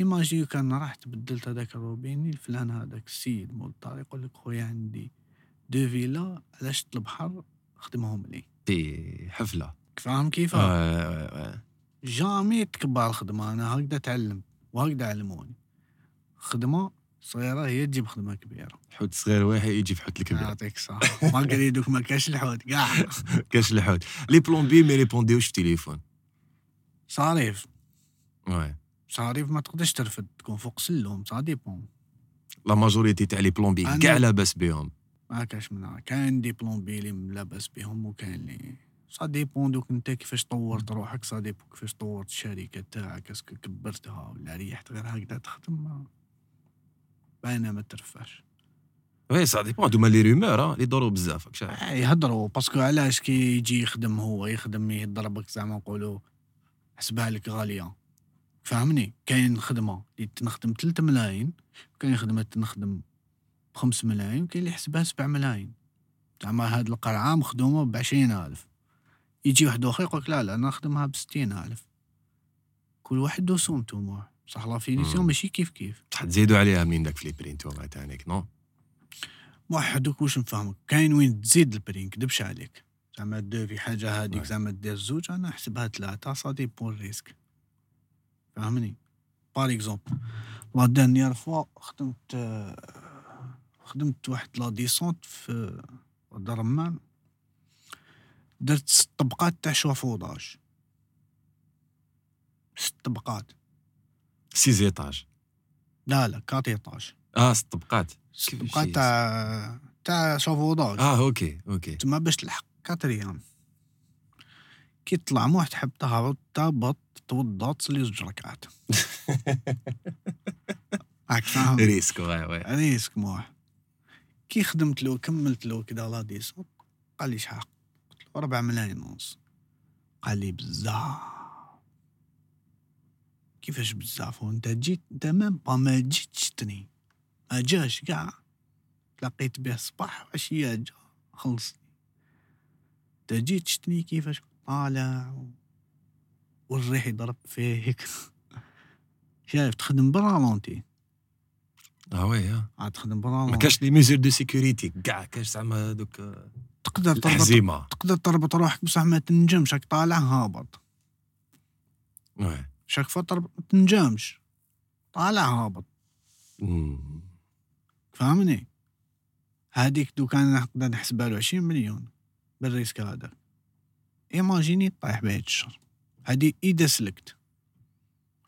B: ايماجي كان رحت بدلت هذاك الروبيني الفلان هذاك السيد مول الدار يقول لك خويا عندي دو فيلا على شط البحر خدمهم لي
A: في حفله
B: فاهم كيف
A: وي- وي- وي.
B: جامي تكبر الخدمة أنا هكذا تعلم وهكذا علموني خدمة صغيرة هي تجيب خدمة كبيرة
A: حوت صغير واحد يجي في حوت الكبير
B: يعطيك الصحة ما قال لي دوك ما كاش الحوت كاع
A: كاش الحوت لي بلومبي ما يريبونديوش في التليفون
B: صاريف
A: وي
B: صاريف ما تقدرش ترفد تكون فوق سلهم سا ديبون
A: لا ماجوريتي تاع لي بلومبي
B: أنا-
A: كاع لاباس بهم
B: ما كاش منها كاين دي بلومبي اللي لا باس بهم وكاين اللي سا ديبون دوك انت كيفاش طورت روحك سا ديبون كيفاش طورت الشركة تاعك اسكو كبرتها ولا ريحت غير هكذا تخدم ما- باينة ما ترفاش
A: وي سا ديبون هادو هما لي رومور لي دورو بزاف راك شايف
B: يهضروا آه، باسكو علاش كي يجي يخدم هو يخدم يضربك زعما نقولوا حسبها لك غاليه فهمني كاين خدمه اللي تنخدم 3 ملايين وكاين خدمه تنخدم 5 ملايين وكاين اللي يحسبها 7 ملايين زعما هاد القرعه مخدومه ب 20000 يجي واحد اخر يقولك لا لا انا نخدمها ب 60000 كل واحد دو سومتو موه بصح لا فينيسيون
A: مم.
B: ماشي كيف كيف
A: بصح تزيدوا عليها من داك في لي برينت وما تانيك نو
B: موح هذوك واش نفهمك كاين وين تزيد البرين كدبش عليك زعما دو في حاجه هذيك
A: واحد.
B: زعما دير زوج انا نحسبها ثلاثه سا ديبون ريسك فاهمني بار اكزومبل لا دانيير فوا خدمت آه، خدمت واحد لا ديسونت في واد الرمان درت ست طبقات تاع شوفوضاج ست طبقات
A: سي زيتاج
B: لا لا كاتيطاج
A: اه ست طبقات
B: تبقى تاع تاع شافوضاج
A: اه اوكي اوكي
B: تما باش تلحق كاتريام كي تطلع موح تحب تهبط تهبط توضى تصلي زوج ركعات هاك فاهم
A: ريسك واي واي
B: ريسك موح يعني كي خدمت له كملت له كدا لا ديسون قال لي شحال قلت له ربع ملايين ونص قال لي بزاف كيفاش بزاف وانت جيت انت مام با ما جيت شتني ما جاش كاع تلاقيت به الصباح وعشية جا خلص انت جيت شتني كيفاش كنت طالع و- والريح يضرب فيك شايف تخدم بالرالونتي
A: اه وي آه.
B: عاد تخدم
A: ما
B: بالرالونتي
A: كاش لي ميزور دو سيكوريتي كاع كاش زعما دوك آه،
B: تقدر تربط
A: الحزيمه
B: تقدر تربط روحك بصح ما تنجمش راك طالع هابط
A: وي.
B: شاك فوا تربط ما تنجمش طالع هابط
A: مم.
B: فهمني هذيك دو كان نقدر نحسبها له 20 مليون بالريسك هذا ايماجيني طايح بهاد الشهر هادي اذا سلكت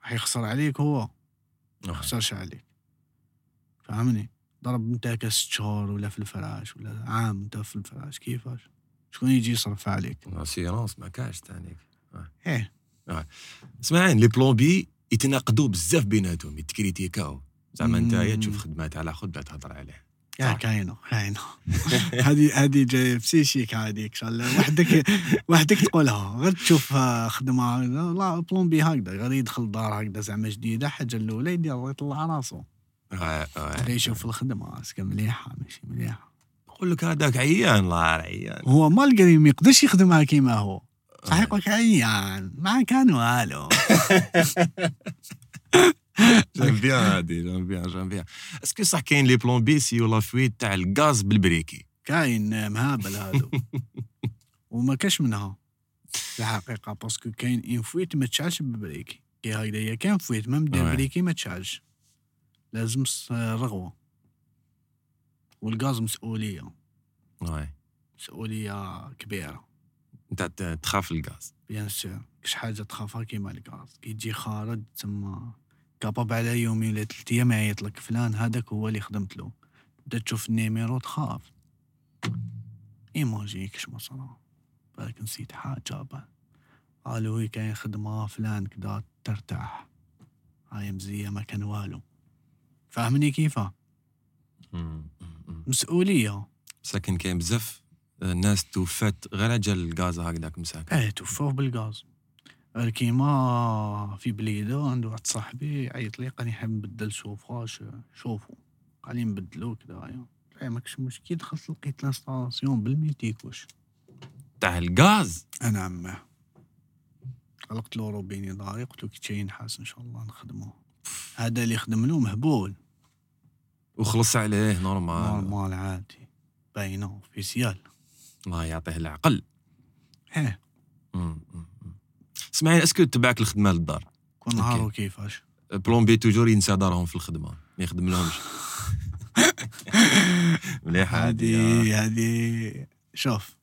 B: راح يخسر عليك هو
A: آه.
B: خسرش عليك فهمني ضرب انت كاس شهور ولا في الفراش ولا عام انت في الفراش كيفاش شكون يجي يصرف عليك
A: الاسيرونس ما كاش تانيك
B: ايه
A: اسمعين لي بلومبي يتناقضوا بزاف بيناتهم يتكريتيكاو زعما
B: مم.
A: انت تشوف خدمات على خدمه تهضر عليه
B: يا
A: صح.
B: كاينه كاينه هذه هذه جايه بسيشيك هذيك شغل وحدك وحدك تقولها غير تشوف آه، خدمه هكذا، لا بلومبي هكذا غير يدخل دار هكذا زعما جديده حاجه الاولى يدير الله يطلع راسه
A: آه، آه.
B: غير يشوف الخدمه راسك مليحه ماشي مليحه
A: نقول لك هذاك عيان الله عيان
B: هو مالقري ما يقدرش يخدمها كيما هو صح
A: آه.
B: يقول لك عيان ما كان والو
A: جام بيان هادي جام بيان جام بيان اسكو صح كاين لي بلون بي سي ولا فويت تاع الغاز بالبريكي
B: كاين مهابل هادو وما كاش منها في الحقيقه باسكو كاين ان فويت ما تشعلش ببريكي كي هكذا هي كان فويت ما مدير
A: وي.
B: بريكي ما تشعلش لازم الص- رغوه والغاز مسؤوليه
A: واي
B: مسؤوليه كبيره
A: انت ت- تخاف الغاز
B: بيان سور كش حاجه تخافها كيما الغاز كي تجي خارج تما كاباب على يومين ولا ثلاث ايام يعيط لك فلان هذاك هو اللي خدمت له تبدا تشوف النيميرو تخاف ايماجي كش ما صرا بالك نسيت حاجه بالك قالوا هي كاين خدمه فلان كدا ترتاح هاي مزيه ما كان والو فاهمني كيفاه مسؤوليه
A: ساكن كاين بزاف الناس توفات غير على جال الغاز هكذاك مساكن
B: اه توفاو بالغاز غير كيما في بليده عندو واحد صاحبي عيط لي قال لي حاب نبدل سوفاج شوفو قال لي نبدلو كدايا لا ماكش مشكل دخلت لقيت لانستالاسيون بالميتيكوش
A: تاع الغاز
B: انا عماه قلقت له روبيني داري قلت له كي تجي نحاس ان شاء الله نخدمو هذا اللي خدم له مهبول
A: وخلص عليه نورمال
B: نورمال عادي باينه اوفيسيال
A: الله يعطيه العقل
B: ايه
A: مم، مم، مم. اسمعي اسكو تبعك الخدمه للدار
B: كون نهارو كيفاش
A: بلومبي توجور ينسى دارهم في الخدمه ما يخدملهمش مليحه هادي آه.
B: هادي هادي شوف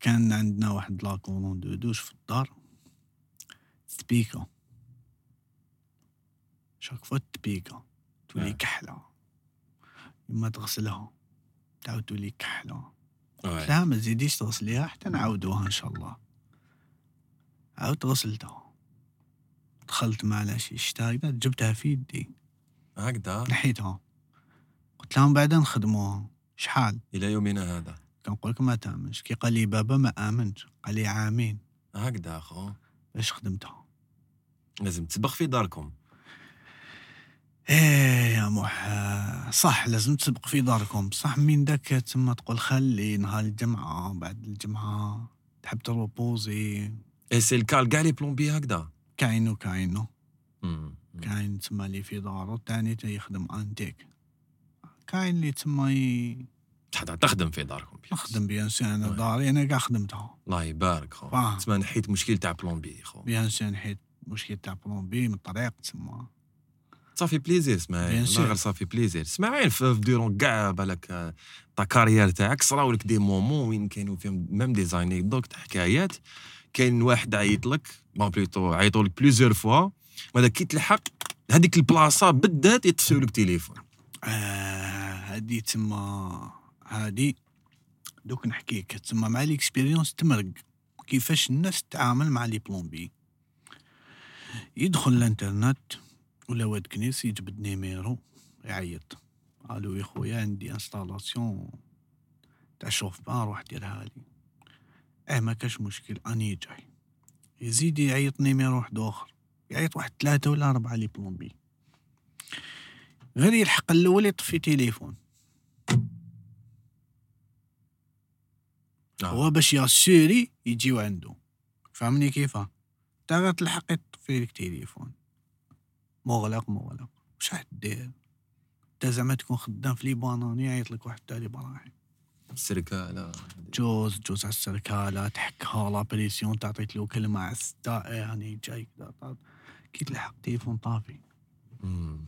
B: كان عندنا واحد لا كولون دو دوش في الدار تبيكا شاك فوا تبيكا تولي
A: آه.
B: كحلة لما تغسلها تعاود تولي كحلة
A: آه.
B: لا ما تزيديش تغسليها حتى نعاودوها ان شاء الله عاود غسلتها دخلت مع لا شي شتا هكذا جبتها في يدي
A: هكذا
B: نحيتها قلت لهم بعدا نخدموها شحال
A: الى يومنا هذا
B: كنقول لك ما تامنش كي قال لي بابا ما امنش قال لي عامين
A: هكذا اخو
B: باش خدمتها
A: لازم تسبخ في داركم
B: ايه يا موح آه، صح لازم تسبق في داركم صح من داك تما تقول خلي نهار الجمعة بعد الجمعة تحب تروبوزي
A: اي إيه، سي الكال كاع لي بلومبي هكذا
B: كاينو كاينو
A: مم.
B: كاين تما اللي في دارو تاني تيخدم انتيك كاين اللي تما ي-
A: حتى تخدم في داركم
B: نخدم بيان سور انا
A: وي.
B: داري انا كاع خدمتها
A: الله يبارك خو
B: فاهم.
A: تسمى نحيت مشكل تاع بلومبي خو
B: بيان سور حيت مشكل تاع بلومبي من الطريق تما
A: صافي بليزير اسمعي
B: Bien
A: والله
B: sûr.
A: غير صافي بليزير اسمعي في في ديرون كاع بالك آه، تا كارير تاعك صراو لك دي مومون وين كانوا فيهم ميم دي زانيك دوك تاع حكايات كاين واحد عيط لك بون بليتو عيطوا لك بليزيور فوا ماذا كي تلحق هذيك البلاصه بالذات يطفيو لك تليفون
B: آه، هادي تما هادي دوك نحكيك تما مع ليكسبيريونس تمرق كيفاش الناس تتعامل مع لي بلومبي يدخل الانترنت ولا واد كنيس يجبد نيميرو يعيط قالو يا خويا عندي انستالاسيون تاع شوف بان روح ديرها لي اه ما كاش مشكل اني جاي يزيد يعيط نيميرو واحد اخر يعيط واحد ثلاثة ولا أربعة لي بلومبي غير يلحق الاول يطفي تليفون
A: آه.
B: هو باش ياسيري يجيو عنده فهمني كيفاه تا غير تلحق يطفي لك تليفون مغلق مغلق واش راح دير انت زعما تكون خدام في لي بانوني يعيط لك واحد تاع لي براحي
A: السركه لا
B: جوز جوز على السركالة تحكها لا بريسيون تعطيك له كلمة على الستاء يعني جاي كذا طاب. كي تلحق تليفون طافي Hmm.
A: مم.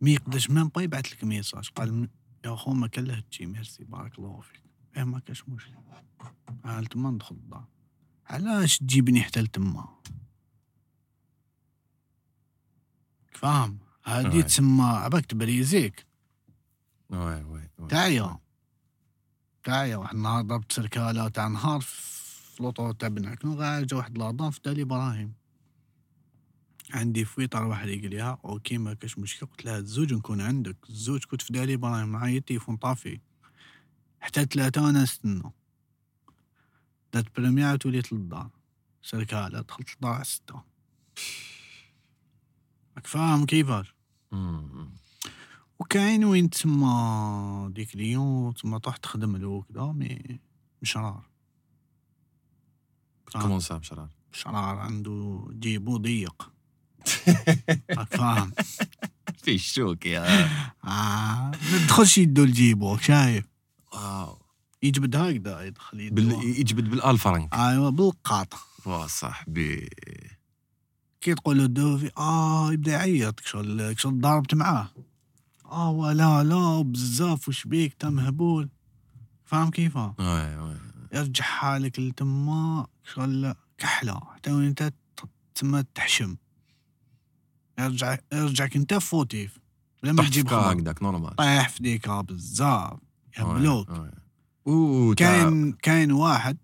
B: ما يقدرش ميم با يبعث لك ميساج قال م- يا خو ما كان له تجي ميرسي بارك الله فيك ايه ما كاش مشكل عاد تما ندخل الدار علاش تجيبني حتى لتما فاهم هادي
A: آه.
B: تسمى عباك تبريزيك
A: وي وي وي.
B: تعيا تعيا واحد النهار ضربت سركالة تاع نهار في لوطو تاع بن عكنون غا جا واحد لاطون في دالي ابراهيم عندي فويطة روح ريق ليها اوكي ما كاش مشكل قلت لها الزوج نكون عندك الزوج كنت في دالي ابراهيم معايا التليفون طافي حتى ثلاثة وانا نستنى دات بريميرا توليت للدار سركالة دخلت للدار على ستة راك فاهم كيفاش
A: مم.
B: وكاين وين تما دي كليون تما تروح تخدم له وكذا مي مشرار فاهم؟
A: كومون سا بشرار
B: مشرار عنده جيبو ضيق راك فاهم
A: في الشوك يا
B: آه ما تدخلش يدو لجيبو شايف
A: واو
B: يجبد هكذا يدخل يدو
A: بال... يجبد بالالف فرنك
B: ايوا بالقاط
A: واه صاحبي
B: كي تقول له دوفي اه يبدا يعيط كشغل كشغل ضربت معاه اه ولا لا بزاف وش بيك تا مهبول فاهم كيفاه
A: وي وي
B: يرجع حالك لتما شغل كحلة حتى وين انت ت- تما تحشم يرجع يرجعك انت فوتيف لما
A: طاح
B: تجيب
A: تجيب
B: خبر
A: هكذاك نورمال
B: طيح في ديكا بزاف
A: وي،
B: يهبلوك
A: وي. اوه كاين
B: كاين كاين واحد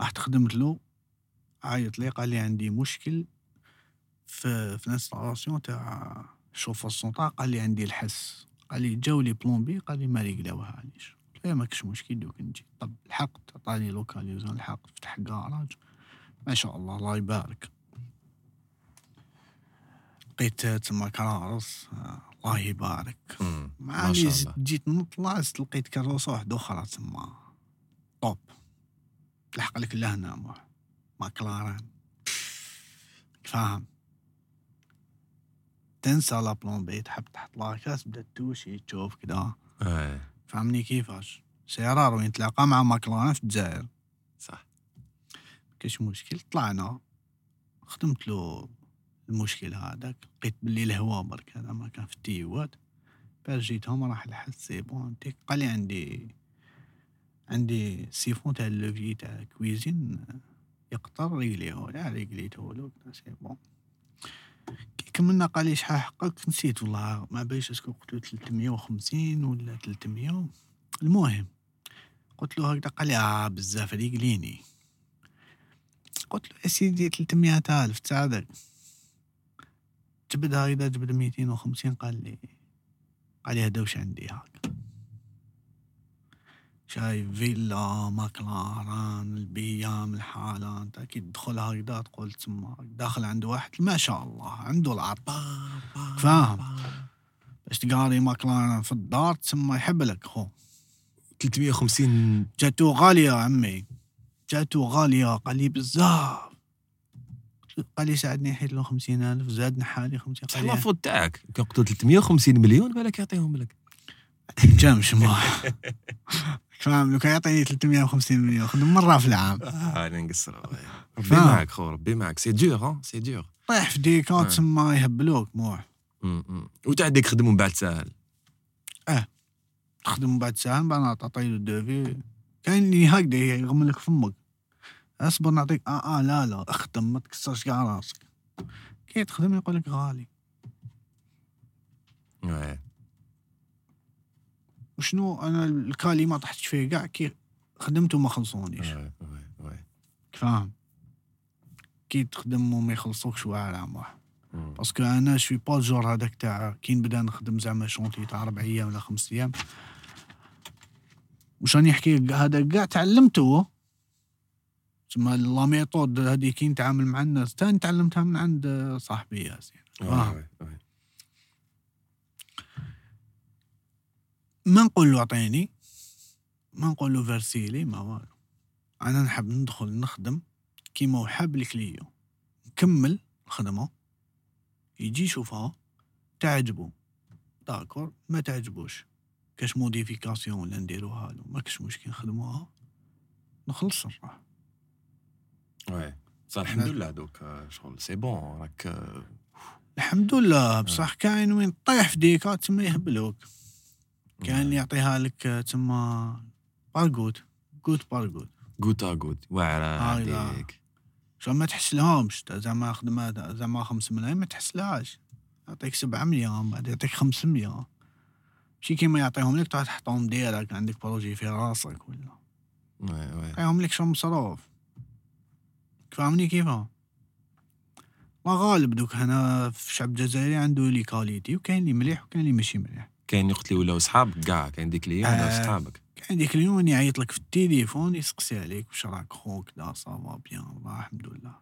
B: رحت خدمت له عيط لي قال لي عندي مشكل في في الانستالاسيون تاع شوفور سونطا قال لي عندي الحس قال لي جاو لي بلومبي قال لي ما ريقلاوها علاش قلت له إيه، ماكش مشكل دوك نجي طب لحقت عطاني لوكاليزون لحقت فتح كراج ما شاء الله الله يبارك لقيت تما كرارس آه، الله يبارك
A: Mm, ما شاء
B: معاني
A: الله
B: جيت نطلع زدت لقيت كروسه واحده اخرى تما طوب لحق لك لهنا موح ماكلارين فاهم تنسى لا بلون بي تحب تحط لاكاس بدات توشي تشوف كدا
A: وي،
B: فهمني كيفاش سيرار وين تلاقى مع ماكلارين في الجزائر
A: صح
B: كاش مشكل طلعنا خدمت له المشكل هذاك لقيت باللي الهواء برك هذا ما كان في التيوات باش جيتهم راح لحد سي بون ديك قال لي عندي عندي سيفون تاع اللوفي تاع كويزين يقطر ريقليه لا ريقليته له قلت له سي بون كي كملنا قال لي شحال حقك نسيت والله ما باليش اسكو قلت له 350 ولا 300 المهم قلت له هكذا قال لي اه بزاف ريقليني قلت له يا سيدي 300 ألف تساعدك جبد هايدا جبد 250 قال لي قال لي هدا وش عندي هاك شايف فيلا ماكلاران البيام الحالة انت كي تدخل هايدا تقول تما داخل عند واحد ما شاء الله عنده العطاء فاهم. باش تقاري ماكلاران في الدار تسمى يحب لك خو
A: 350
B: جاتو غالية عمي جاتو غالية قال لي بزاف قال لي ساعدني حيت له خمسين ألف زادنا حالي خمسين
A: صح
B: قال لي
A: المفروض تاعك كان قلت له 350 مليون بالك يعطيهم لك
B: جامش ما فاهم لو كان يعطيني 350 مليون خدم مرة في العام
A: آه، انا نقصر والله. ربي
B: فاهم.
A: معك خو ربي معك سي دور ها سي دور
B: طيح في ديكا
A: آه.
B: تسمى يهبلوك موح
A: Mm, وتعديك خدمه من بعد ساهل
B: طيب تخدم من بعد ساعة من بعد نعطي له الدوفي كاين اللي هكذا يغملك فمك اصبر نعطيك اه اه لا لا اخدم ما تكسرش كاع راسك كي تخدم يقول لك غالي
A: وي.
B: وشنو انا الكالي ما طحتش فيه كاع كي خدمت وما خلصونيش
A: وي. وي. وي.
B: فاهم كي تخدم وما يخلصوكش واعر واحد
A: مم.
B: باسكو انا شوي با الجور هذاك تاع كي نبدا نخدم زعما شونتي تاع ربع ايام ولا خمس ايام واش راني نحكي لك هذا كاع تعلمته تسمى لا ميثود هذه كي نتعامل مع الناس تاني تعلمتها من عند آه، صاحبي ياسين فاهم
A: وي. وي.
B: ما نقول له اعطيني ما نقول له فيرسيلي ما والو انا نحب ندخل نخدم كيما وحاب الكليو نكمل الخدمه يجي يشوفها تعجبو داكور ما تعجبوش كاش موديفيكاسيون ولا نديروها له ما كاش مشكل نخدموها نخلص الراحه
A: وي. بصح الحمد لله دوك آه، شغل سي بون راك آه،
B: الحمد لله بصح كاين وين طيح في ديكا تما يهبلوك كاين اللي يعطيها لك آه، تما بارغود جود بارغود
A: غوتا غوت واعره
B: آه، لا.
A: عليك
B: شو ما تحس لهمش تا زعما خدمة زعما خمس ملايين ما تحس لهاش يعطيك سبعة مليون بعد يعطيك خمسمية شي كيما يعطيهم لك تروح تحطهم ديرك عندك بروجي في راسك ولا
A: وي. وي.
B: يعطيهم لك شو مصروف فاهمني كيفاه ما غالب دوك هنا في الشعب الجزائري عنده لي كاليتي وكاين اللي مليح وكاين اللي ماشي مليح
A: كاين اللي قلت لي ولاو صحابك كاع كاين ديك لي ولاو
B: آه.
A: صحابك
B: كاين ديك اليوم يعيط لك في التليفون يسقسي عليك واش راك خوك لا صافا بيان والله الحمد لله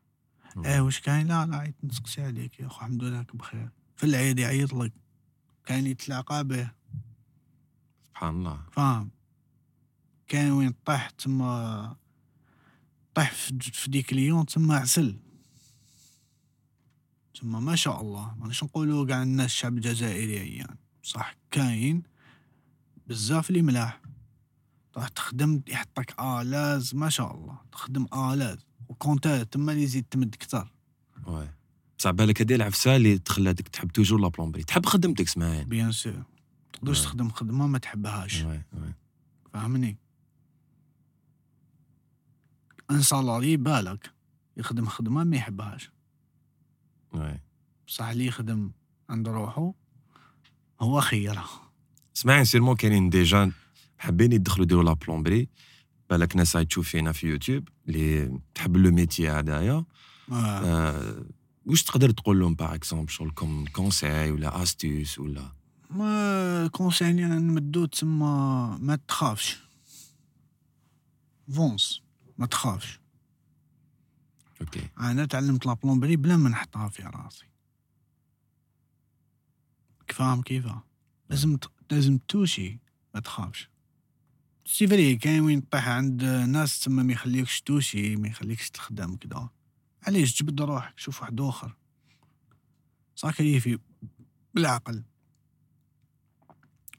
A: مم.
B: اه واش كاين لا لا عيط نسقسي عليك يا اخو الحمد لله راك بخير في العيد يعيط لك كاين يتلاقى به
A: سبحان الله
B: فاهم كاين وين طاح تما طاح في في ديك ليون تما عسل تما ما شاء الله مانيش نقولوا كاع الناس الشعب الجزائري عيان صح كاين بزاف اللي ملاح راح تخدم يحطك الاز ما شاء الله تخدم الاز وكونتا تما اللي يزيد تمد كتر
A: وي بصح بالك هذه العفسه اللي تخلاتك تحب توجور لا بلومبري تحب خدمتك سمعين
B: بيان سور تقدرش
A: آه.
B: تخدم خدمه ما تحبهاش
A: وي وي
B: فاهمني ان سالاري بالك يخدم خدمه ما يحبهاش
A: وي
B: بصح اللي يخدم عند روحه هو خيرها
A: اسمعي سيرمون كاينين دي جان حابين يدخلوا يديروا لا بلومبري بالك ناس هاي تشوف فينا في يوتيوب اللي تحب لو ميتي هذايا
B: آه.
A: آه، واش تقدر تقول لهم باغ اكزومبل شغل كوم كونساي ولا استيس ولا
B: ما كونسيني نمدو تما ما تخافش فونس ما تخافش
A: اوكي
B: انا تعلمت لا بلومبري بلا ما نحطها في راسي فاهم كيفاه لازم ت- لازم توشي ما تخافش سي فري كاين وين طيح عند ناس تما ما يخليكش توشي ما يخليكش تخدم كدا علاش جبد روحك شوف واحد اخر صح كيفي بالعقل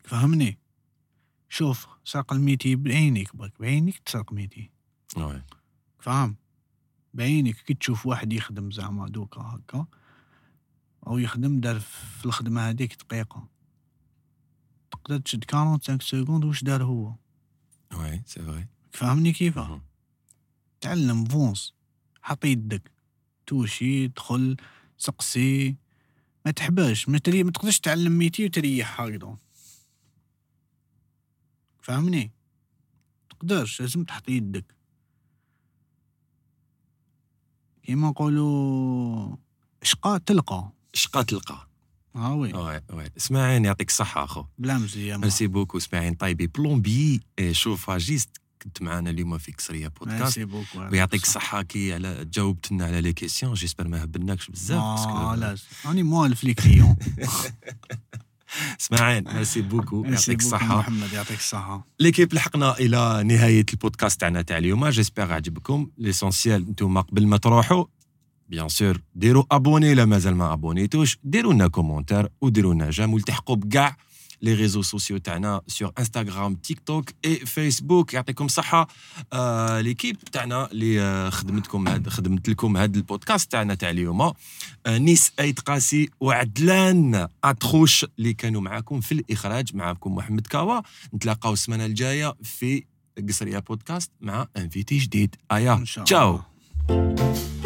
B: فهمني شوف سرق الميتي بعينيك برك بعينيك تسرق ميتي
A: وي
B: فاهم بعينك كي تشوف واحد يخدم زعما دوكا هكا او يخدم دار في الخدمه هذيك دقيقه تقدر تشد 45 سكوند واش دار هو
A: وي سي فري
B: فاهمني كيفاه تعلم فونس حط يدك توشي دخل سقسي ما تحباش ما, تري... ما تقدرش تعلم ميتي وتريح هكذا فاهمني تقدرش لازم تحط يدك كيما نقولوا شقا تلقى
A: شقا تلقى
B: ها وي
A: وي وي اسمعين يعطيك الصحه اخو
B: بلا مزيان
A: ميرسي بوكو اسماعيل طيبي بلومبي إيه، شوف فاجيست كنت معنا اليوم في كسريه بودكاست
B: ميرسي بوكو
A: ويعطيك الصحه كي على جاوبت لنا على لي كيسيون جيسبر ما هبلناكش بزاف
B: اه
A: باسكو-
B: لازم راني موالف لي كليون
A: اسمعين ميرسي بوكو
B: ميرسي
A: يعطيك
B: بوكو
A: الصحه
B: محمد يعطيك الصحه
A: ليكيب لحقنا الى نهايه البودكاست تاعنا تاع اليوم جيسبر عجبكم ليسونسيال نتوما قبل ما تروحوا بيان سور ديروا ابوني الا مازال ما ابونيتوش ديروا لنا كومونتير وديروا لنا جام والتحقوا بكاع لي ريزو سوسيو تاعنا سور انستغرام تيك توك اي فيسبوك يعطيكم صحه آه ليكيب تاعنا اللي آه، خدمتكم هاد خدمت لكم هذا البودكاست تاعنا تاع اليوم آه نيس ايت قاسي وعدلان اتخوش اللي كانوا معاكم في الاخراج معاكم محمد كاوا نتلاقاو السمانه الجايه في قصريه بودكاست مع انفيتي جديد ايا
B: ان شاء
A: تشاو
B: الله
A: الجايه